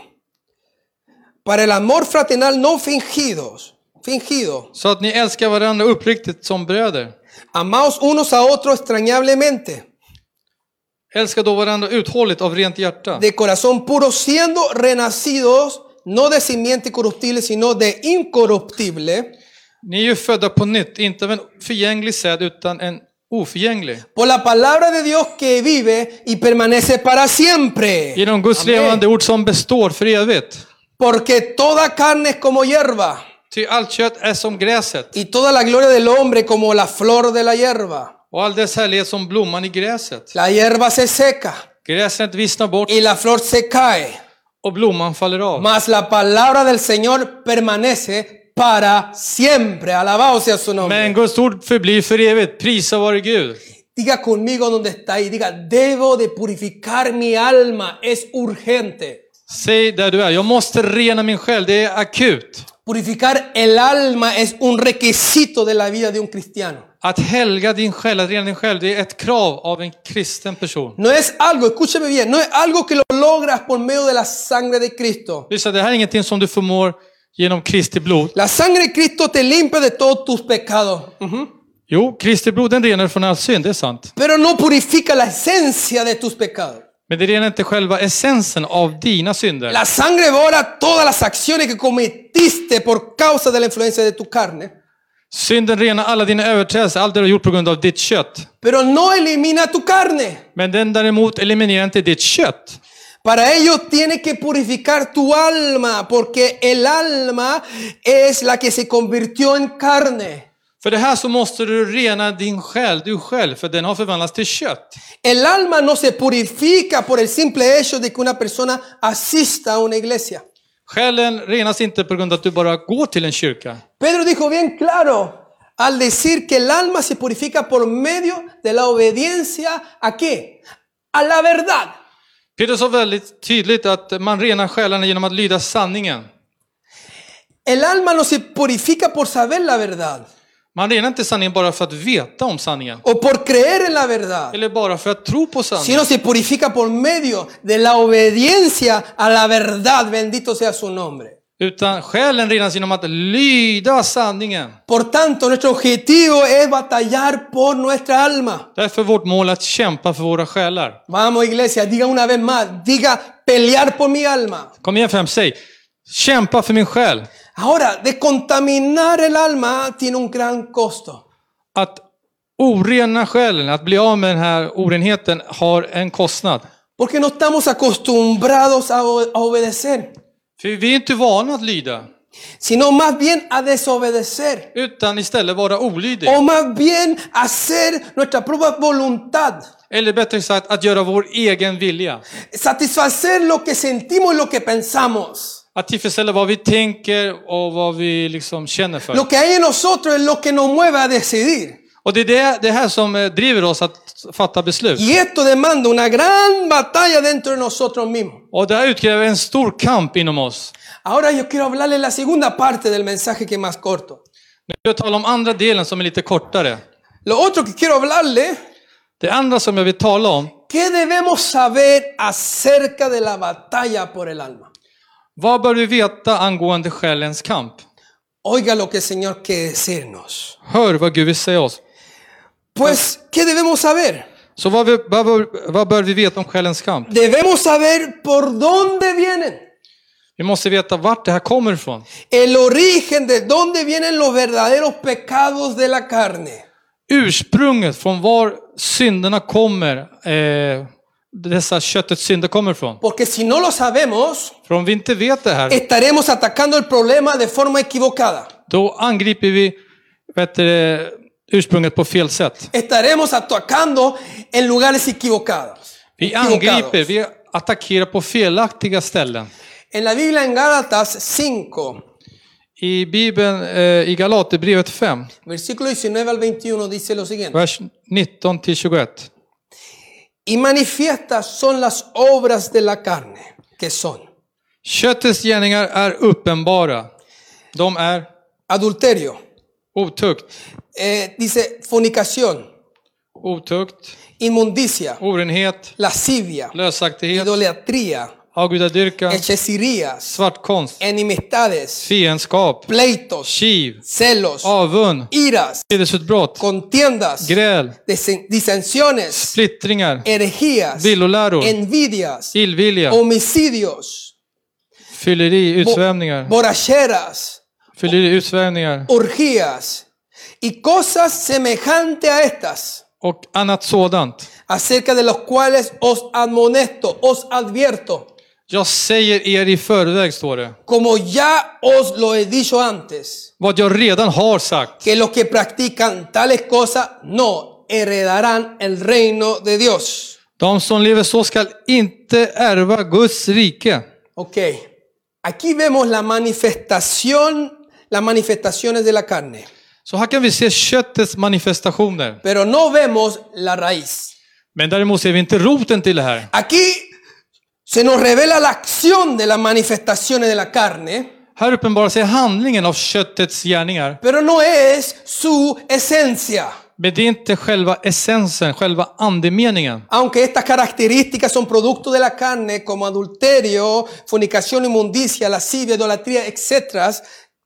para el amor fraternal no fingidos, fingido. Så att ni älskar varandra uppriktigt som bröder. Amaos unos a otros extrañablemente, Älska då varandra uthålligt av rent hjärta. de corazón puro, siendo renacidos, no de simiente corruptible, sino de incorruptible, Ni är ju födda på nytt, inte av en förgänglig säd utan en oförgänglig. por la palabra de Dios que vive y permanece para siempre. Genom Guds Amen. levande ord som består för evigt. Porque toda carne es como hierba, Ty allt kött är som gräset y toda la gloria del hombre como la flor de la hierba. och all dess härlighet som blomman i gräset. La hierba se seca Gräset vissnar bort y la flor se cae, och blomman faller av. mas la palabra del Señor permanece para siempre. Alabado sea su Men nombre. Guds ord förblir för evigt. Prisa vare Gud. Diga conmigo donde está ahí, diga, debo de purificar mi alma, es urgente. Säg där du är. Jag måste rena min själ. Det är akut. Purificar el alma es un requisito de la vida de un cristiano. Att helga din själ, att rena din själ, det är ett krav av en kristen person. No es algo, escúchame bien, no es algo que lo logras por medio de la sangre de Cristo. Lyssna, det här är ingenting som du förmår genom Kristi blod. La sangre de Cristo te limpia de todos tus pecados, Jo, Kristi blod den renar från all synd, det är sant. pero no purifica la esencia de tus pecados. Men det renar inte själva essensen av dina synder. La sangre borra todas las acciones que cometiste por causa de la influencia de tu carne, Synden renar alla dina överträdelser, allt det du har gjort på grund av ditt kött. pero no elimina tu carne. Men den däremot eliminerar inte ditt kött. Para ello tiene que purificar tu alma, porque el alma es la que se convirtió en carne. För det här så måste du rena din själ, du själv, för den har förvandlats till kött. El alma no se purifica por el simple hecho de que una persona asista a una iglesia. Själen renas inte på grund av att du bara går till en kyrka. Pedro dijo bien claro al decir que el alma se purifica por medio de la obediencia a qué? A la verdad. Petrus sa väldigt tydligt att man renar själarna genom att lyda sanningen. El alma no se purifica por saber la verdad Man renar inte sanningen bara för att veta om sanningen. o por creer en la verdad, Eller bara för att tro på sanningen. sino se purifica por medio de la obediencia a la verdad. Bendito sea su nombre. Utan själen renas genom att lyda sanningen. Por tanto, nuestro objetivo es batallar por nuestra alma. Därför är vårt mål att kämpa för våra själar. Vamos, iglesia, diga una vez más, diga pelear por mi alma. Kom igen fem, säg. Kämpa för min själ. Ahora, descontaminar el alma tiene un gran costo. Att orena själen, att bli av med den här orenheten, har en kostnad. Porque no estamos acostumbrados a, o- a obedecer, För vi är inte vana att lyda. sino más bien a desobedecer. Utan istället vara olydig. O más bien hacer nuestra propia voluntad. Eller bättre sagt, att göra vår egen vilja. Satisfacer lo que sentimos y lo que pensamos. Att tillfredsställa vad vi tänker och vad vi liksom känner för. Lo que hay en nosotros es lo que nos mueve a decidir. Och det är det, det här som eh, driver oss att fatta beslut. Y esto demanda una gran batalla dentro de nosotros mismos. Och det här utkräver en stor kamp inom oss. Ahora yo quiero hablarle la segunda parte del mensaje que es más corto. Nu ska jag tala om andra delen som är lite kortare. Lo otro que quiero hablarle Det andra som jag vill tala om, ¿Qué debemos saber acerca de la batalla por el alma? vad bör vi veta angående själens kamp? Oiga lo que el Señor quiere decirnos. Hör vad Gud vill säga oss. Pues, ¿qué debemos saber? Så vad, vi, vad, bör, vad bör vi veta om själens kamp? Debemos saber por dónde vienen, Vi måste veta vart det här kommer ifrån. el origen de dónde vienen los verdaderos pecados de la carne. Ursprunget från var synderna kommer, eh, dessa köttets synder kommer ifrån. Porque si no lo sabemos, För om vi inte vet det här, estaremos atacando el problema de forma equivocada. då angriper vi vet du, ursprunget på fel sätt. Estaremos atacando en lugares equivocados. Vi equivocados. angriper, vi attackerar på felaktiga ställen. En la Biblia en Gálatas 5, I Bibeln, eh, i Galaterbrevet 5, versículo 19 al 21, dice lo siguiente. vers 19 till 21. y manifiestas son las obras de la carne, que son Köttets gärningar är uppenbara. De är adulterio, otukt, eh, dice fornicación, otukt, inmundicia, orenhet, lascivia, lösaktighet, idolatría, avgudadyrkan, hechicerías, svartkonst, enemistades, fiendskap, pleitos, kiv, celos, Oh. avund, iras, hedersutbrott, contiendas, gräl, disen- disensiones, splittringar, herejías, villoläror, envidias, illvilja, homicidios, fylleri, bo- utsvävningar, borracheras, fylleri, utsvävningar orgías y cosas semejantes a estas. och annat sådant. acerca de los cuales os admonesto, os advierto, Jag säger er i förväg, står det, como ya os lo he dicho antes, vad jag redan har sagt. que los que practican tales cosas no heredarán el reino de Dios. De som lever så skall inte ärva Guds rike. Ok, aquí vemos la manifestación, las manifestaciones de la carne, Så här kan vi se köttets manifestationer. pero no vemos la raíz. Men däremot ser vi inte roten till det här. Aquí se nos revela la acción de las manifestaciones de la carne, Här uppenbarar sig handlingen av köttets gärningar. pero no es su esencia. Men det är inte själva essensen, själva andemeningen. Aunque estas características son producto de la carne, como adulterio, fornicación, inmundicia, lascivia, idolatría, etc.,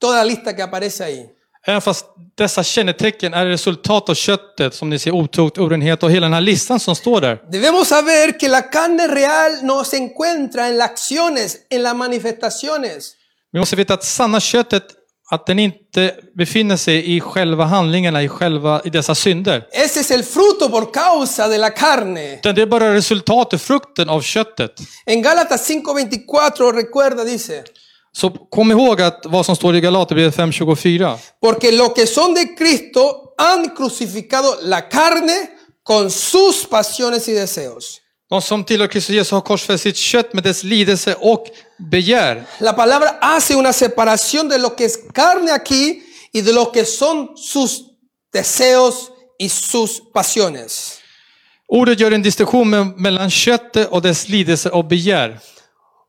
toda la lista que aparece ahí. Även fast dessa kännetecken är resultat av köttet, som ni ser, otukt, orenhet och hela den här listan som står där. Debemos saber que la carne real no se encuentra en las acciones, en las manifestaciones. Vi måste veta att sanna köttet, att den inte befinner sig i själva handlingarna, i, själva, i dessa synder. Ese es el fruto por causa de la carne. Utan det är bara resultatet, frukten av köttet. En Gálatas 5:24 recuerda, dice, Så kom ihåg att vad som står i Galaterbrevet 5.24. porque los que son de Cristo han crucificado la carne con sus pasiones y deseos. De som tillhör Kristus Jesus har korsfäst sitt kött med dess lidelse och begär. La palabra hace una separación de lo que es carne aquí y de lo que son sus deseos y sus pasiones. Ordet gör en distinktion me- mellan köttet och dess lidelse och begär.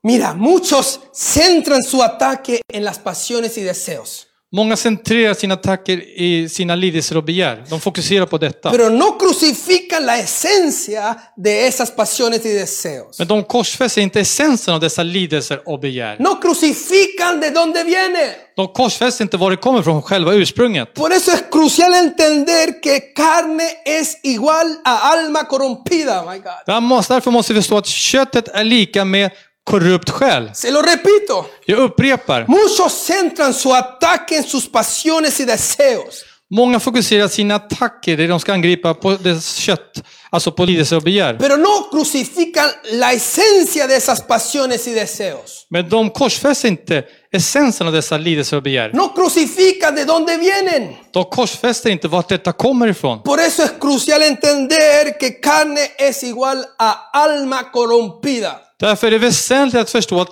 Mira, muchos centran su ataque en las pasiones y deseos, Många centrerar sina attacker i sina lidelser och begär. De fokuserar på detta. pero no crucifican la esencia de esas pasiones y deseos. Men de korsfäster inte essensen av dessa lidelser och begär. No crucifican de dónde viene. De korsfäster inte var det kommer från, själva ursprunget. Por eso es crucial entender que carne es igual a alma corrompida, my God. Där måste- Därför måste vi förstå att köttet är lika med korrupt själ. Se lo repito, Jag upprepar. muchos centran su ataque en sus pasiones y deseos, Många fokuserar sina attacker, det de ska angripa, på dess kött. Alltså på lidelse och begär. pero no crucifican la esencia de esas pasiones y deseos. Men de korsfäster inte essensen av dessa lidelser och begär. No crucifican de dónde vienen. De korsfäster inte vart detta kommer ifrån. Por eso es crucial entender que carne es igual a alma corrompida. Därför är det väsentligt att förstå att,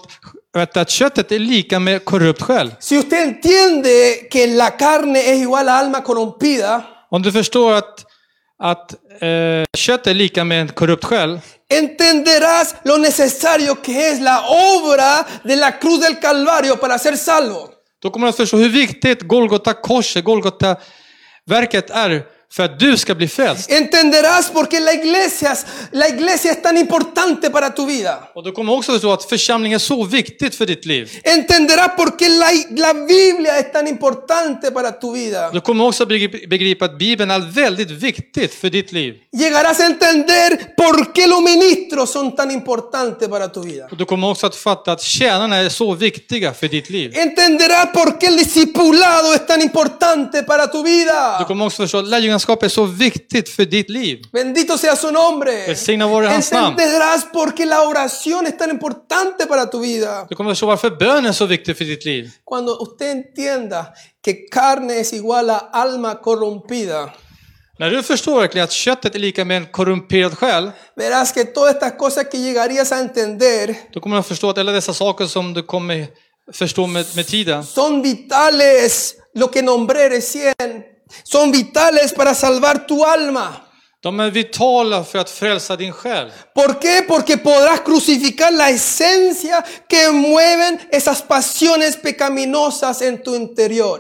vet du, att köttet är lika med korrupt själ. Si usted entiende que la carne es igual a alma corrompida, Om du förstår att, att eh, kött är lika med en korrupt själ, entenderás lo necesario que es la obra de la cruz del Calvario para ser salvo. då kommer du att förstå hur viktigt Golgata korset, Golgata verket är för att du ska bli frälst. Entenderás por qué la iglesia, la iglesia es tan importante para tu vida. Och du kommer också förstå att församlingen är så viktigt för ditt liv. Entenderás por qué la, la Biblia es tan importante para tu vida. Du kommer också begri- begripa att Bibeln är väldigt viktigt för ditt liv. Llegarás a entender por qué los ministros son tan importantes para tu vida. Och du kommer också att fatta att tjänarna är så viktiga för ditt liv. Entenderás por qué el discipulado es tan importante para tu Du vida. kommer också förstå att lärjungaskap är så viktigt för ditt liv. Bendito sea su nombre. Designa vår hans namn. Entenderás por qué la oración es tan importante para tu vida. Du kommer förstå varför bön är så viktig för ditt liv. Cuando usted entienda que carne es igual a alma corrompida, När du förstår verkligen att köttet är lika med en korrumperad själ, verás que todas estas cosas que llegarías a entender då kommer du att förstå att alla dessa saker som du kommer förstå med, med tiden, son vitales, lo que nombré recién, son vitales para salvar tu alma. de är vitala för att frälsa din själ. ¿Por qué? Porque podrás crucificar la esencia que mueven esas pasiones pecaminosas en tu interior.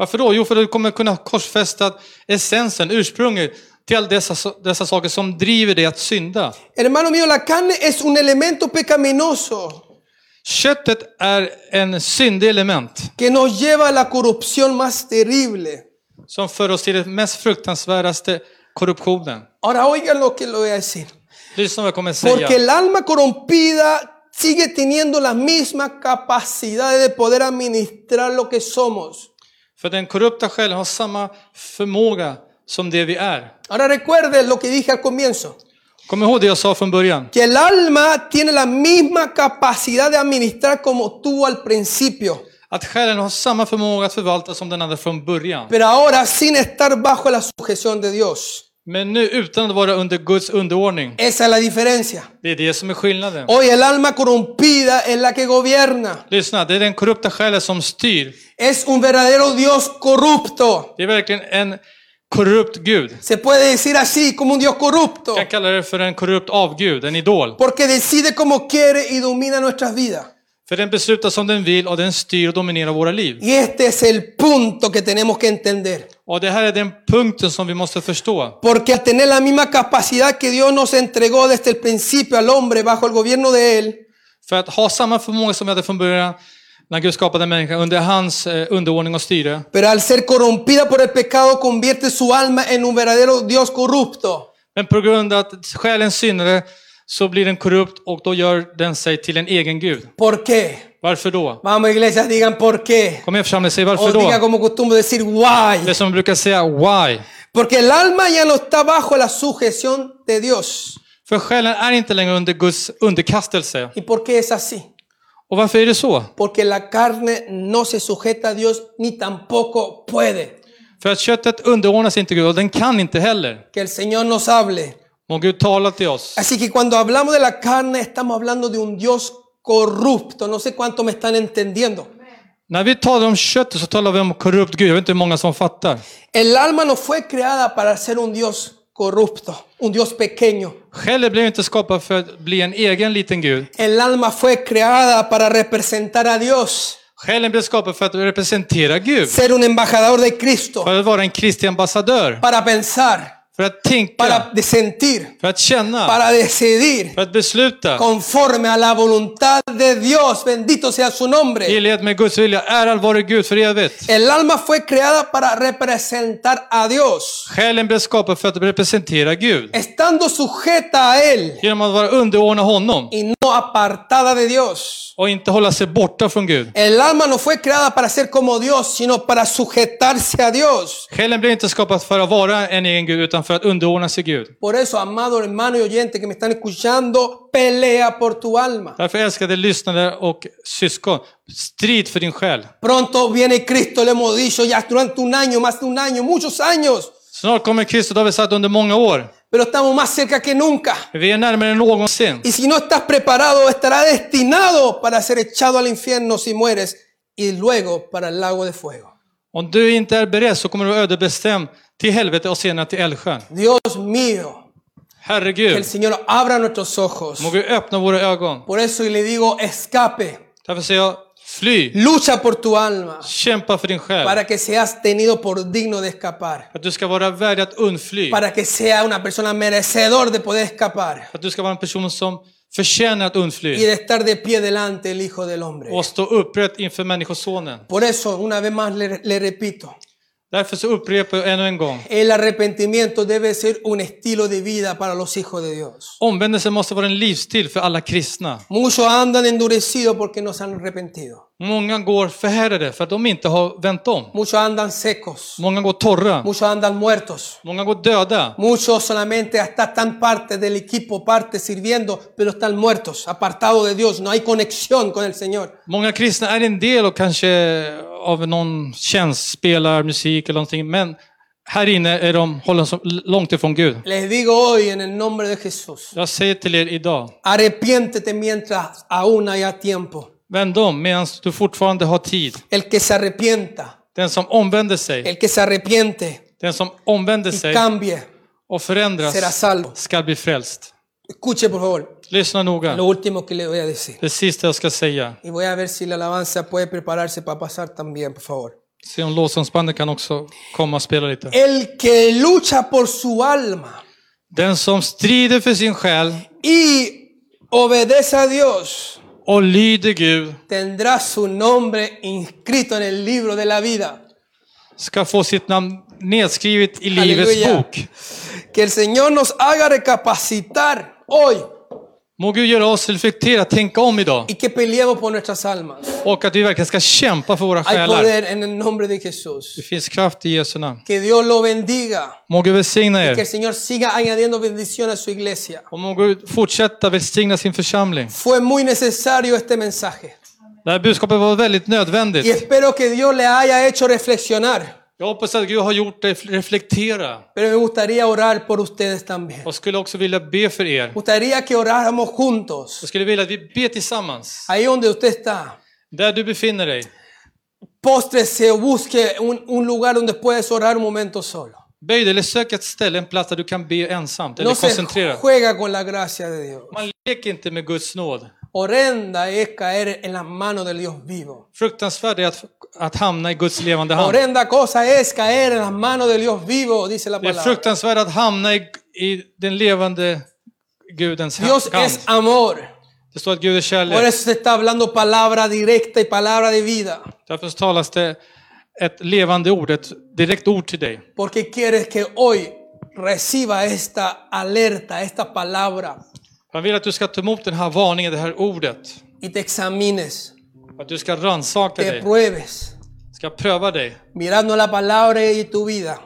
Varför då? Jo, för du kommer kunna korsfästa essensen, ursprunget, till alla dessa, dessa saker som driver dig att synda. Hermano mío, la carne es un elemento pecaminoso Köttet är en syndig element que nos lleva a la corrupción más terrible. som för oss till det mest fruktansvärdaste korruptionen. Ahora oigan lo que le voy a decir. Lyssna vad jag kommer Porque säga. el alma corrompida sigue teniendo las mismas capacidades de poder administrar lo que somos. För den korrupta själen har samma förmåga som det vi är. Ahora recuerden lo que dije al comienzo. Kom ihåg det jag sa från början. que el alma tiene la misma capacidad de administrar como tuvo al principio, Att själen har samma förmåga att förvalta som den hade från början. pero ahora sin estar bajo la sujeción de Dios. Men nu utan att vara under Guds underordning. Esa es la diferencia. Det är det som är skillnaden. Hoy el alma corrompida es la que gobierna. Lyssna, det är den korrupta själen som styr. Es un verdadero Dios corrupto. Det är verkligen en korrupt gud. Se puede decir así, como un Dios corrupto, Jag kan kalla det för en korrupt avgud, en idol. porque decide como quiere y domina nuestras vidas. För den beslutar som den vill och den styr och dominerar våra liv. Y este es el punto que tenemos que entender. Och det här är den punkten som vi måste förstå. Porque al tener la misma capacidad que Dios nos entregó desde el principio al hombre bajo el gobierno de Él, För att ha samma förmåga som vi hade från början när Gud skapade människan under hans eh, underordning och styre. pero al ser corrompida por el pecado convierte su alma en un verdadero Dios corrupto. Men på grund av att själen syndade så blir den korrupt och då gör den sig till en egen gud. ¿Por qué? Varför då? Vamos iglesias, digan por qué. Kom igen församling, säg varför O diga då? como costumbre decir why. Det som vi brukar säga, why? Porque el alma ya no está bajo la sujeción de Dios. För själen är inte längre under Guds underkastelse. ¿Y por qué es así? Och varför är det så? Porque la carne no se sujeta a Dios ni tampoco puede. För att köttet underordnas inte Gud och den kan inte heller. Que el Señor nos hable. Må Gud tala till oss. Así que cuando hablamos de la carne estamos hablando de un Dios corrupto. No sé cuánto me están entendiendo. När vi talar om köttet så talar vi om korrupt Gud. Jag vet inte hur många som fattar. El alma no fue creada para ser un Dios corrupto, un Dios pequeño. Själen blev inte skapad för att bli en egen liten Gud. El alma fue creada para representar a Dios, Själen blev skapad för att representera Gud. ser un embajador de Cristo, För att vara en Kristi ambassadör. para pensar, För att tänka. para de- sentir, För att känna. para decidir För att besluta. conforme a la voluntad de Dios. Bendito sea su I nombre. enlighet med Guds vilja. Ärad vare Gud för evigt. El alma fue creada para representar a Dios, Själen blev skapad för att representera Gud. estando sujeta a Él Genom att vara underordnad honom. y no apartada de Dios. Och inte hålla sig borta från Gud. El alma no fue creada para ser como Dios, sino para sujetarse a Dios. Själen blev inte skapad för att vara en egen Gud. Utan för att underordna sig Gud. Por eso, amado hermano y oyente que me están escuchando, pelea por tu alma. Därför älskade lyssnare och syskon, strid för din själ. Pronto viene Cristo, le hemos dicho ya durante un año, más de un año, muchos años, Snart kommer Kristus, det har vi sagt under många år. pero estamos más cerca que nunca. Vi är närmare än någonsin. Y si no estás preparado, estará destinado para ser echado al infierno si mueres y luego para el lago de fuego. Om du inte är beredd så kommer du vara ödesbestämd till helvete och senare till eldsjön. Dios mío, que Herregud, el Señor abra nuestros ojos. må Gud öppna våra ögon. Por eso y le digo, escape, Därför säger jag, fly, lucha por tu alma kämpa för din själ. para que seas tenido por digno de escapar, Att du ska vara värdig att undfly. para que sea una persona merecedor de poder escapar Att du ska vara en person som förtjänar att y undfly de estar de pie delante el Hijo del Hombre. och stå upprätt inför Människosonen. Por eso, una vez más le, le repito, Därför så upprepar jag ännu en gång. el arrepentimiento debe ser un estilo de vida para los hijos de Dios. Omvändelse måste vara en livsstil för alla kristna. Muchos andan endurecidos porque no se han arrepentido. Många går förhärdade för att de inte har vänt om. Muchos andan secos. Många går torra. Muchos andan muertos. Många går döda. Muchos solamente hasta están parte del equipo, parte sirviendo, pero están muertos, apartados de Dios. No hay conexión con el Señor. Många kristna är en del och kanske av någon tjänst, spelar musik eller någonting. Men här inne är de håller så långt ifrån Gud. Les digo hoy en el nombre de Jesús, Jag säger till er idag, arrepiéntete mientras aún haya tiempo. vänd om medan du fortfarande har tid. El que se arrepienta, Den som omvänder sig, el que se arrepiente den som omvänder y sig cambie, och será förändras salvo. ska bli frälst. Escuche por favor Lyssna lo noga. último que le voy a decir. Det sista jag ska säga. Y voy a ver si la alabanza puede prepararse para pasar también, por favor. Se om lovsångsbandet kan också komma och spela lite. El que lucha por su alma Den som strider för sin själ y obedece a Dios och lyder Gud tendrá su nombre inscrito en el libro de la vida. ska få sitt namn nedskrivet i livets Halleluja. bok. Que el Señor nos haga recapacitar hoy Må Gud göra oss reflektera, tänka om idag y que peleemos por nuestras almas. och att vi verkligen ska kämpa för våra Hay själar. poder en el nombre de Jesús. Det finns kraft i Jesu namn. Que Dios lo bendiga. Må Gud välsigna Que er el Señor siga añadiendo bendición a su iglesia. och må Gud fortsätta välsigna sin församling. Fue muy necesario este mensaje. Det här budskapet var väldigt Y nödvändigt. espero que Dios le haya hecho reflexionar. Jag hoppas att Gud har gjort dig reflektera Pero me gustaría orar por ustedes también. Me och skulle också vilja be för er. gustaría que oráramos juntos. Jag skulle vilja att vi ber tillsammans. Ahí donde usted está. Där du befinner dig, Póstrese o busque un, un lugar donde puedes orar un momento solo. böj dig eller sök ett ställe, en plats där du kan be ensamt eller No se koncentrera. juega con la gracia de Dios. Man leker inte med Guds nåd. horrenda es caer en las manos del Dios vivo. Fruktansvärd är att, att hamna i Guds levande hand. Horrenda cosa es caer en las manos del Dios vivo, dice la Det är palabra. fruktansvärt att hamna i, i den levande Gudens Dios hand. es amor. Det står att Gud är Por kärlek. eso se está hablando palabra directa y palabra de vida. Därför talas det ett levande ord, ett direkt ord till dig. Porque quieres que hoy reciba esta alerta, esta palabra Han vill att du ska ta emot den här varningen, det här ordet. y te examines, Att du ska rannsaka te dig, pruebes, ska pröva dig. mirando la palabra y tu vida.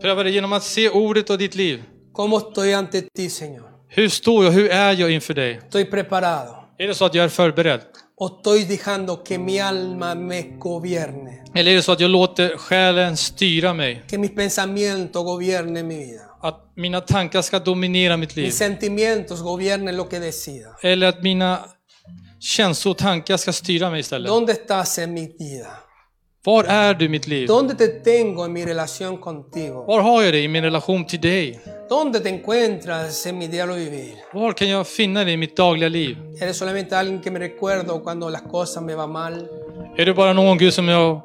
Pröva dig genom att se ordet och ditt liv. ¿Cómo estoy ante ti, Señor? Hur står jag? Hur är jag inför dig? ¿Estoy preparado? Är det så att jag är förberedd? ¿O estoy dejando que mi alma me gobierne? Eller är det så att jag låter själen styra mig? Que mis pensamientos gobiernen mi vida. Att mina tankar ska dominera mitt liv? Mis sentimientos gobiernen lo que decida. Eller att mina känslor och tankar ska styra mig istället? ¿Dónde estás en mi vida? Var är du i mitt liv? ¿Dónde te tengo en mi relación contigo? Var har jag dig i min relation till dig? ¿Dónde te encuentras en mi diario vivir? Var kan jag finna dig i mitt dagliga liv? ¿Eres solamente alguien que me recuerdo cuando las cosas me van mal? Är du bara någon Gud som jag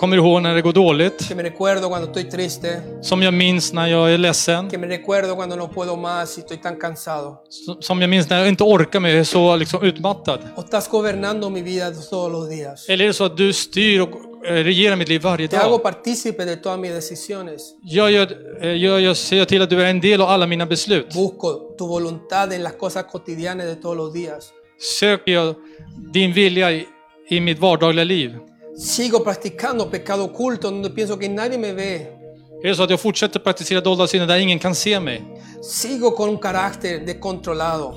kommer ihåg när det går dåligt? ¿Que me recuerdo cuando estoy triste? Som jag minns när jag är ledsen? ¿Que me recuerdo cuando no puedo más y estoy tan cansado? S- Som jag minns när jag inte orkar med, jag är så liksom utmattad? ¿O estás gobernando mi vida todos los días? Eller är det så att du styr och eh, regerar mitt liv varje Te hago dag? partícipe de todas mis decisiones. Jag, gör, eh, jag, jag ser till att du är en del av alla mina beslut. Busco tu voluntad en las cosas cotidianas de todos los días. Söker jag din vilja i, i mitt vardagliga liv? Sigo practicando pecado oculto donde pienso que nadie me ve. Är det så att jag fortsätter praktisera dolda synder där ingen kan se mig? Sigo con un carácter descontrolado.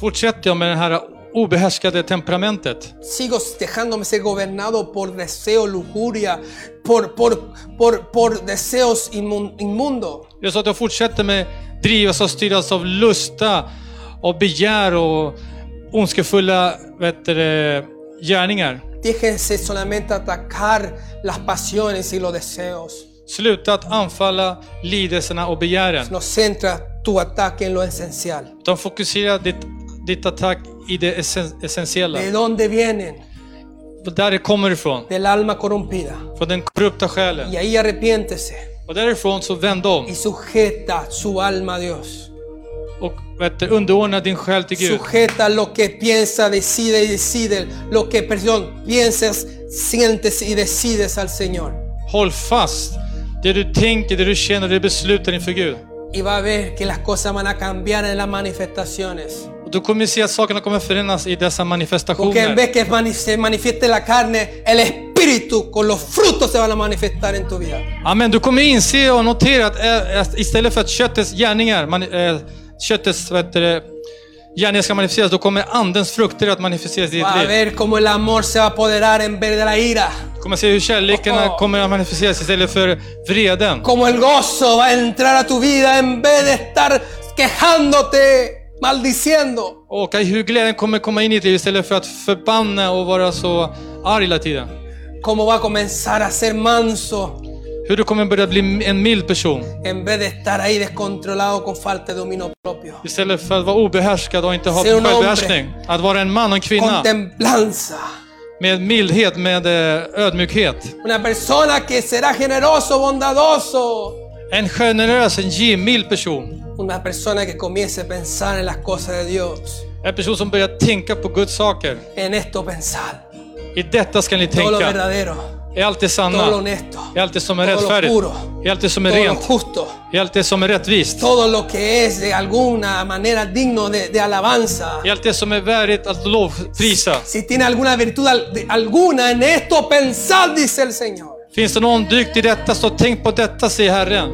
Fortsätter jag med det här obehärskade temperamentet? Sigo dejándome ser gobernado por deseo, lujuria, por, por, por, por deseos inmun- inmundos. Är det så att jag fortsätter med drivas och styras av lusta, av begär och ondskefulla vet du, det, gärningar? Déjense solamente atacar las pasiones y los deseos. Sluta att anfalla lidelserna och begären. No centra tu ataque en lo esencial. Utan fokusera ditt, ditt attack i det essen- essentiella. ¿De dónde vienen? Där det kommer ifrån. Del alma corrompida. Från den korrupta själen. Y ahí arrepiéntese Och därifrån så vänd om y sujeta su alma a Dios. och vet du, underordna din själ till Gud. Sujeta lo que piensa, decide y decide. Lo que, perdón, piensas, sientes y decides al Señor. Håll fast det du tänker, det du känner, det du beslutar inför Gud. Y va a ver que las cosas van a cambiar en las manifestaciones. Och du kommer se att sakerna kommer förändras i dessa Porque en manifestationer. vez que mani- se manifieste la carne, el espíritu con los frutos se van a manifestar en tu vida. Amen. Du kommer inse och notera att, eh, att istället för att köttets gärningar, man, eh, köttets vet du, det, gärningar ska manifesteras, då kommer andens frukter att manifesteras i ditt Va a liv. ver cómo el amor se va a apoderar en vez de la ira. Du kommer se hur kärlekarna kommer att manifesteras istället för vreden. Cómo el gozo va a entrar a tu vida en vez de estar quejándote, maldiciendo. Och hur glädjen kommer komma in i ditt liv istället för att förbanna och vara så arg hela tiden. Cómo va a comenzar a ser manso Hur du kommer börja bli en mild person en vez de estar ahí descontrolado con falta de dominio propio. istället för att vara obehärskad och inte ha Se un hombre. självbehärskning. Att vara en man och en Con kvinna templanza. med mildhet, med eh, ödmjukhet. Una persona que será generoso, bondadoso. En generös, en givmild person. Una persona que comience a pensar en las cosas de Dios. En person som börjar tänka på Guds saker. En esto pensar. I detta ska ni Todo lo tänka. verdadero. Är allt det Todo lo sanna? honesto. Är allt det som är Todo lo rättfärdigt? puro. Är allt det som är Todo lo rent? justo. Är allt det som är rättvist? Todo lo que es de alguna manera digno de, de alabanza. Är allt det som är värdigt att lovprisa? Si tiene alguna virtud al- de- alguna en esto pensad, dice el Señor. Finns det någon dygd i detta så tänk på detta, säger Herren.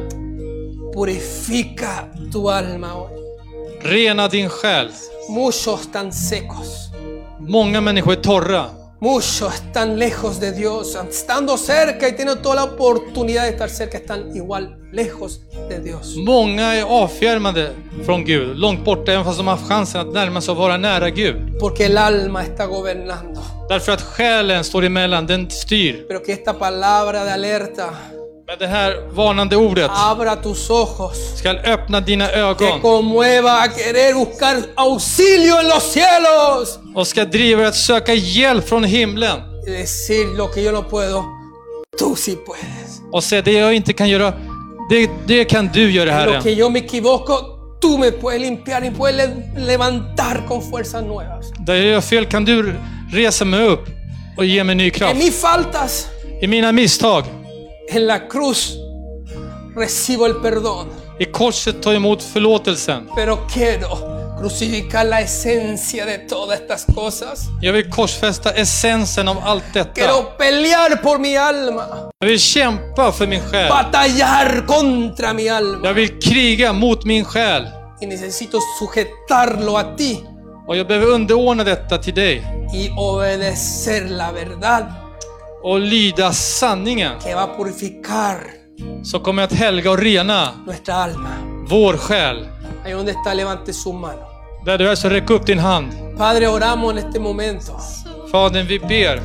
Purifica tu alma hoy. Rena din själ. Muchos están secos. Många människor är torra. Muchos están lejos de Dios. Estando cerca y tienen toda la oportunidad de estar cerca, están igual lejos de Dios. Många är avfjärmade från Gud, långt borta, även fast de har haft chansen att närma sig och vara nära Gud. Porque el alma está gobernando. Därför att själen står emellan, den styr. Pero que esta palabra de alerta Men det här varnande ordet abra tus ojos, ska öppna dina te ögon conmueva a querer buscar auxilio en los cielos. och ska driva dig att söka hjälp från himlen. Y decir lo que yo no puedo, tú sí puedes. Och säga det jag inte kan göra, det, det kan du göra Lo Herre. que yo me equivoco, tú me puedes limpiar y puedes le- levantar con fuerzas nuevas. Där jag gör fel kan du resa mig upp och ge mig ny En kraft. mis faltas, I mina misstag, en la cruz, recibo el perdón. i korset ta emot förlåtelsen. Pero quiero crucificar la esencia de todas estas cosas. Jag vill korsfästa essensen av allt detta. Quiero pelear por mi alma, Jag vill kämpa för min själ. batallar contra mi alma. Jag vill kriga mot min själ. Y necesito sujetarlo a ti Och jag behöver underordna detta till dig y obedecer la verdad och lyda sanningen que va a purificar som kommer att helga och rena nuestra alma. vår själ. Ahí donde está, levante su mano. Där du är så räck upp din hand. Padre, oramos en este momento. Fadern, vi ber.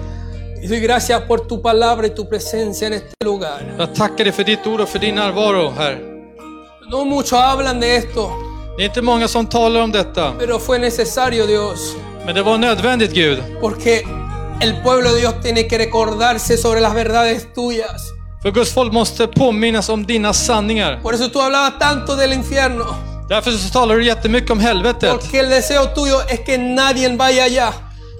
Y doy gracias por tu palabra y tu presencia en este lugar. Jag tackar dig för ditt ord och för din närvaro, Herre. No muchos hablan de esto, Det är inte många som talar om detta, pero fue necesario, Dios. men det var nödvändigt, Gud. Porque el pueblo de Dios tiene que recordarse sobre las verdades tuyas. För Guds folk måste påminnas om dina sanningar. Por eso tú hablabas tanto del infierno. Därför så talar du jättemycket om helvetet. Porque el deseo tuyo es que nadie vaya allá.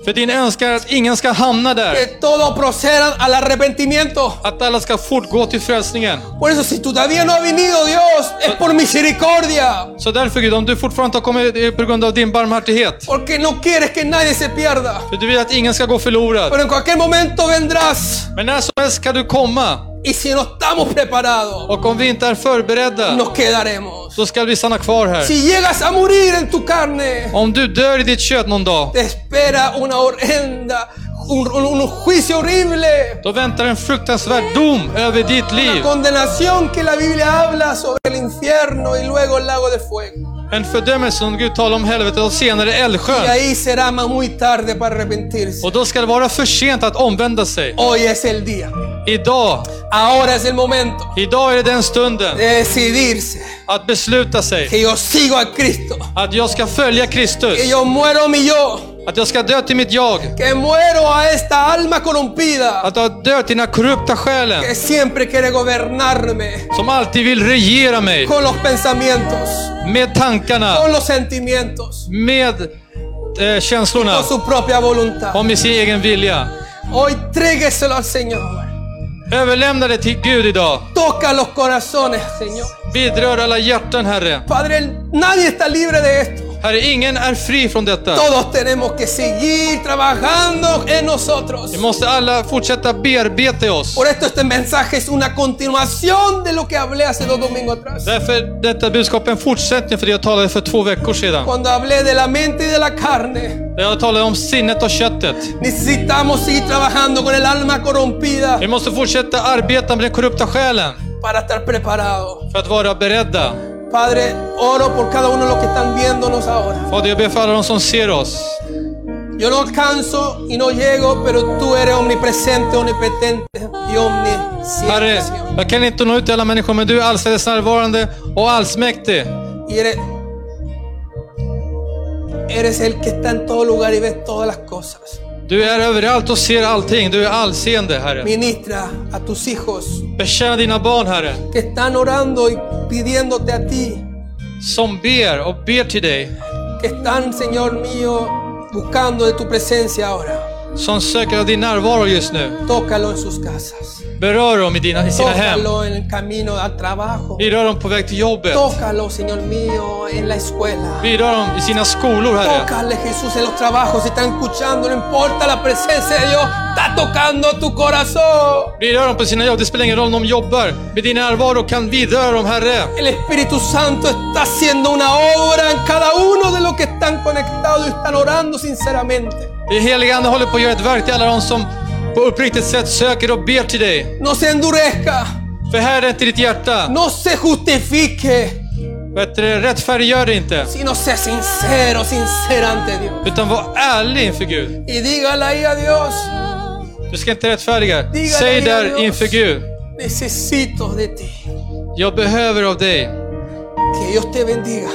För din önskan är att ingen ska hamna Que där. todos procedan al arrepentimiento. Att alla ska fortgå till frälsningen. Por eso si tú todavía no ha venido Dios, es por misericordia. Så därför Gud, om du fortfarande inte har kommit det är på grund av din barmhärtighet. Porque no quieres que nadie se pierda. För du vill att ingen ska gå förlorad. Pero en cualquier momento vendrás. Men när som helst ska du komma. Y si no estamos preparados, Och om vi inte är förberedda, nos quedaremos. då ska vi stanna kvar här. Si llegas a morir en tu carne, Om du dör i ditt kött någon dag, te espera una horrenda, un, un- un juicio horrible, Då väntar en fruktansvärd dom över ditt una liv. condenación que la Biblia habla sobre el infierno y luego el lago de fuego. En fördömelse som Gud talar om helvetet och senare Y eldsjön. ahí será ma- muy tarde para arrepentirse. Och då ska det vara för sent att omvända sig. Hoy es el día, Idag, ahora es el momento idag är det den stunden de decidirse att besluta sig. que yo sigo a Cristo, Att jag ska följa Kristus. que yo muero mi yo, Att jag ska dö till mitt jag. que muero a esta alma corrompida Att jag dö till den här korrupta själen. que siempre quiere gobernarme Som alltid vill regera mig. con los pensamientos, Med tankarna. con los sentimientos, Med eh, känslorna. con su propia voluntad. Och med sin egen vilja. Hoy trégueselo al Señor. Överlämna det till Gud idag. Toca los corazones, Señor. Vidrör alla hjärtan, Herre. Padre, el- nadie está libre de esto. Herre, ingen är fri från detta. Todos tenemos que seguir trabajando en nosotros. Vi måste alla fortsätta bearbeta oss. Por esto este mensaje es una continuación de lo que hablé hace dos domingos atrás. Därför detta budskap är en fortsättning för det jag talade för två veckor sedan. Cuando hablé de la mente y de la carne, Där jag talade om sinnet och köttet. necesitamos seguir trabajando con el alma corrompida Vi måste fortsätta arbeta med den korrupta själen para estar preparados. för att vara beredda. Padre, oro por cada uno de los que están viéndonos ahora. Fader, jag ber för alla de som ser oss. Yo no alcanzo y no llego, pero tú eres omnipresente, omnipotente y omnisciente. Herre, Señor. jag kan inte nå ut till alla människor, men du är allstädes närvarande och allsmäktig. Y eres, eres el que está en todo lugar y ves todas las cosas. Du är överallt och ser allting. Du är allseende, Herre. Ministra a tus hijos Betjäna dina barn, Herre, que están orando y pidiéndote a ti, som ber och ber till dig. que están, Señor mío, buscando de tu presencia ahora. som söker av din närvaro just nu. Tócalo en sus casas. Berör dem i, dina, i sina hem. Tócalo en el camino al trabajo. Berör dem på väg till jobbet. Tócalo, Señor mío, en la escuela. Berör dem i sina skolor, Herre. Tócale Jesús en los trabajos, si están escuchando, no importa la presencia de Dios, está tocando tu corazón. Berör dem på sina jobb. Det spelar ingen roll om de jobbar. Med din närvaro kan vi röra dem, Herre. El Espíritu Santo está haciendo una obra en cada uno de los que están conectados y están orando sinceramente. Det heliga Ande håller på att göra ett verk till alla de som på uppriktigt sätt söker och ber till dig. No se endurezca, För här är inte ditt hjärta. no se justifique, Bättre rättfärdiggör dig inte. sino sea sincero, sincera ante Dios. Utan var ärlig inför Gud. Y dígale ahí a Dios, Du ska inte rättfärdiga. Diga Säg dig, där Dios. inför Gud. necesito de ti. Jag behöver av dig. Que Dios te bendiga.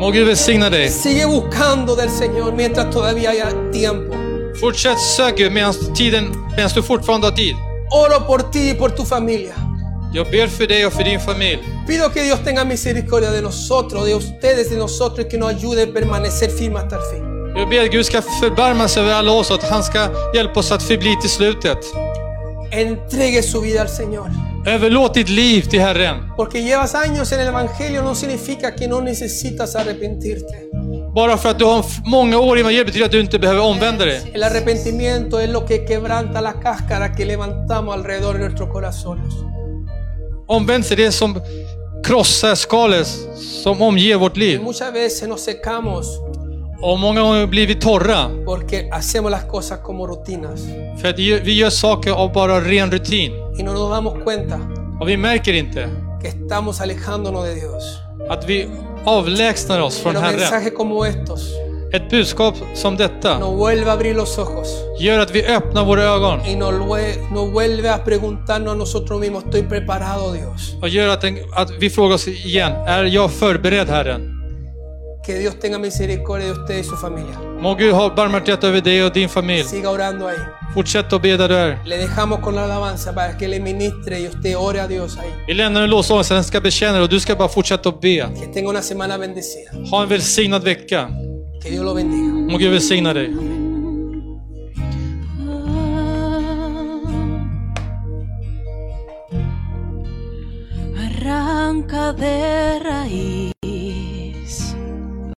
Må Gud välsigna dig. Sigue buscando del Señor mientras todavía haya tiempo. Fortsätt sök Gud medan tiden- medan du fortfarande har tid. Oro por ti y por tu familia. Jag ber för dig och för din familj. Pido que Dios tenga misericordia de nosotros, de ustedes, de nosotros, y que nos ayude a permanecer firmes hasta el fin. Jag ber att Gud ska förbarma sig över alla oss och att han ska hjälpa oss att förbli till slutet. Entregue su vida al Señor. Överlåt ditt liv till Herren. Porque llevas años en el Evangelio no significa que no necesitas arrepentirte. Bara för att du har f- många år i evangeliet betyder att du inte behöver omvända dig. El arrepentimiento es lo que quebranta la cáscara que levantamos alrededor de nuestros corazones. Omvändelse är det som krossar skalet som omger vårt Y liv. muchas veces nos secamos Och många gånger blir vi torra porque hacemos las cosas como rutinas för att vi vi gör saker av bara ren rutin. y no nos damos cuenta Och vi märker inte que estamos alejándonos de Dios. att vi avlägsnar oss från Pero Herren. mensajes como estos Ett budskap som detta nos vuelve a abrir los ojos gör att vi öppnar våra ögon y nos, vue- nos vuelve a preguntarnos a nosotros mismos, ¿estoy preparado Dios? och gör att, den, att vi frågar oss igen, är jag förberedd Herren? Que Dios tenga misericordia de usted y su familia. Må Gud ha barmhärtighet över dig och din familj. Siga orando ahí. Fortsätt att be där du är. Le dejamos con la alabanza para que le ministre y usted ore a Dios ahí. Vi lämnar en lovsång, sen ska bekänna dig och du ska bara fortsätta att be. Que tenga una semana bendecida. Ha en välsignad vecka. Que Dios lo bendiga. Må Gud välsigna dig. Arranca de raíz.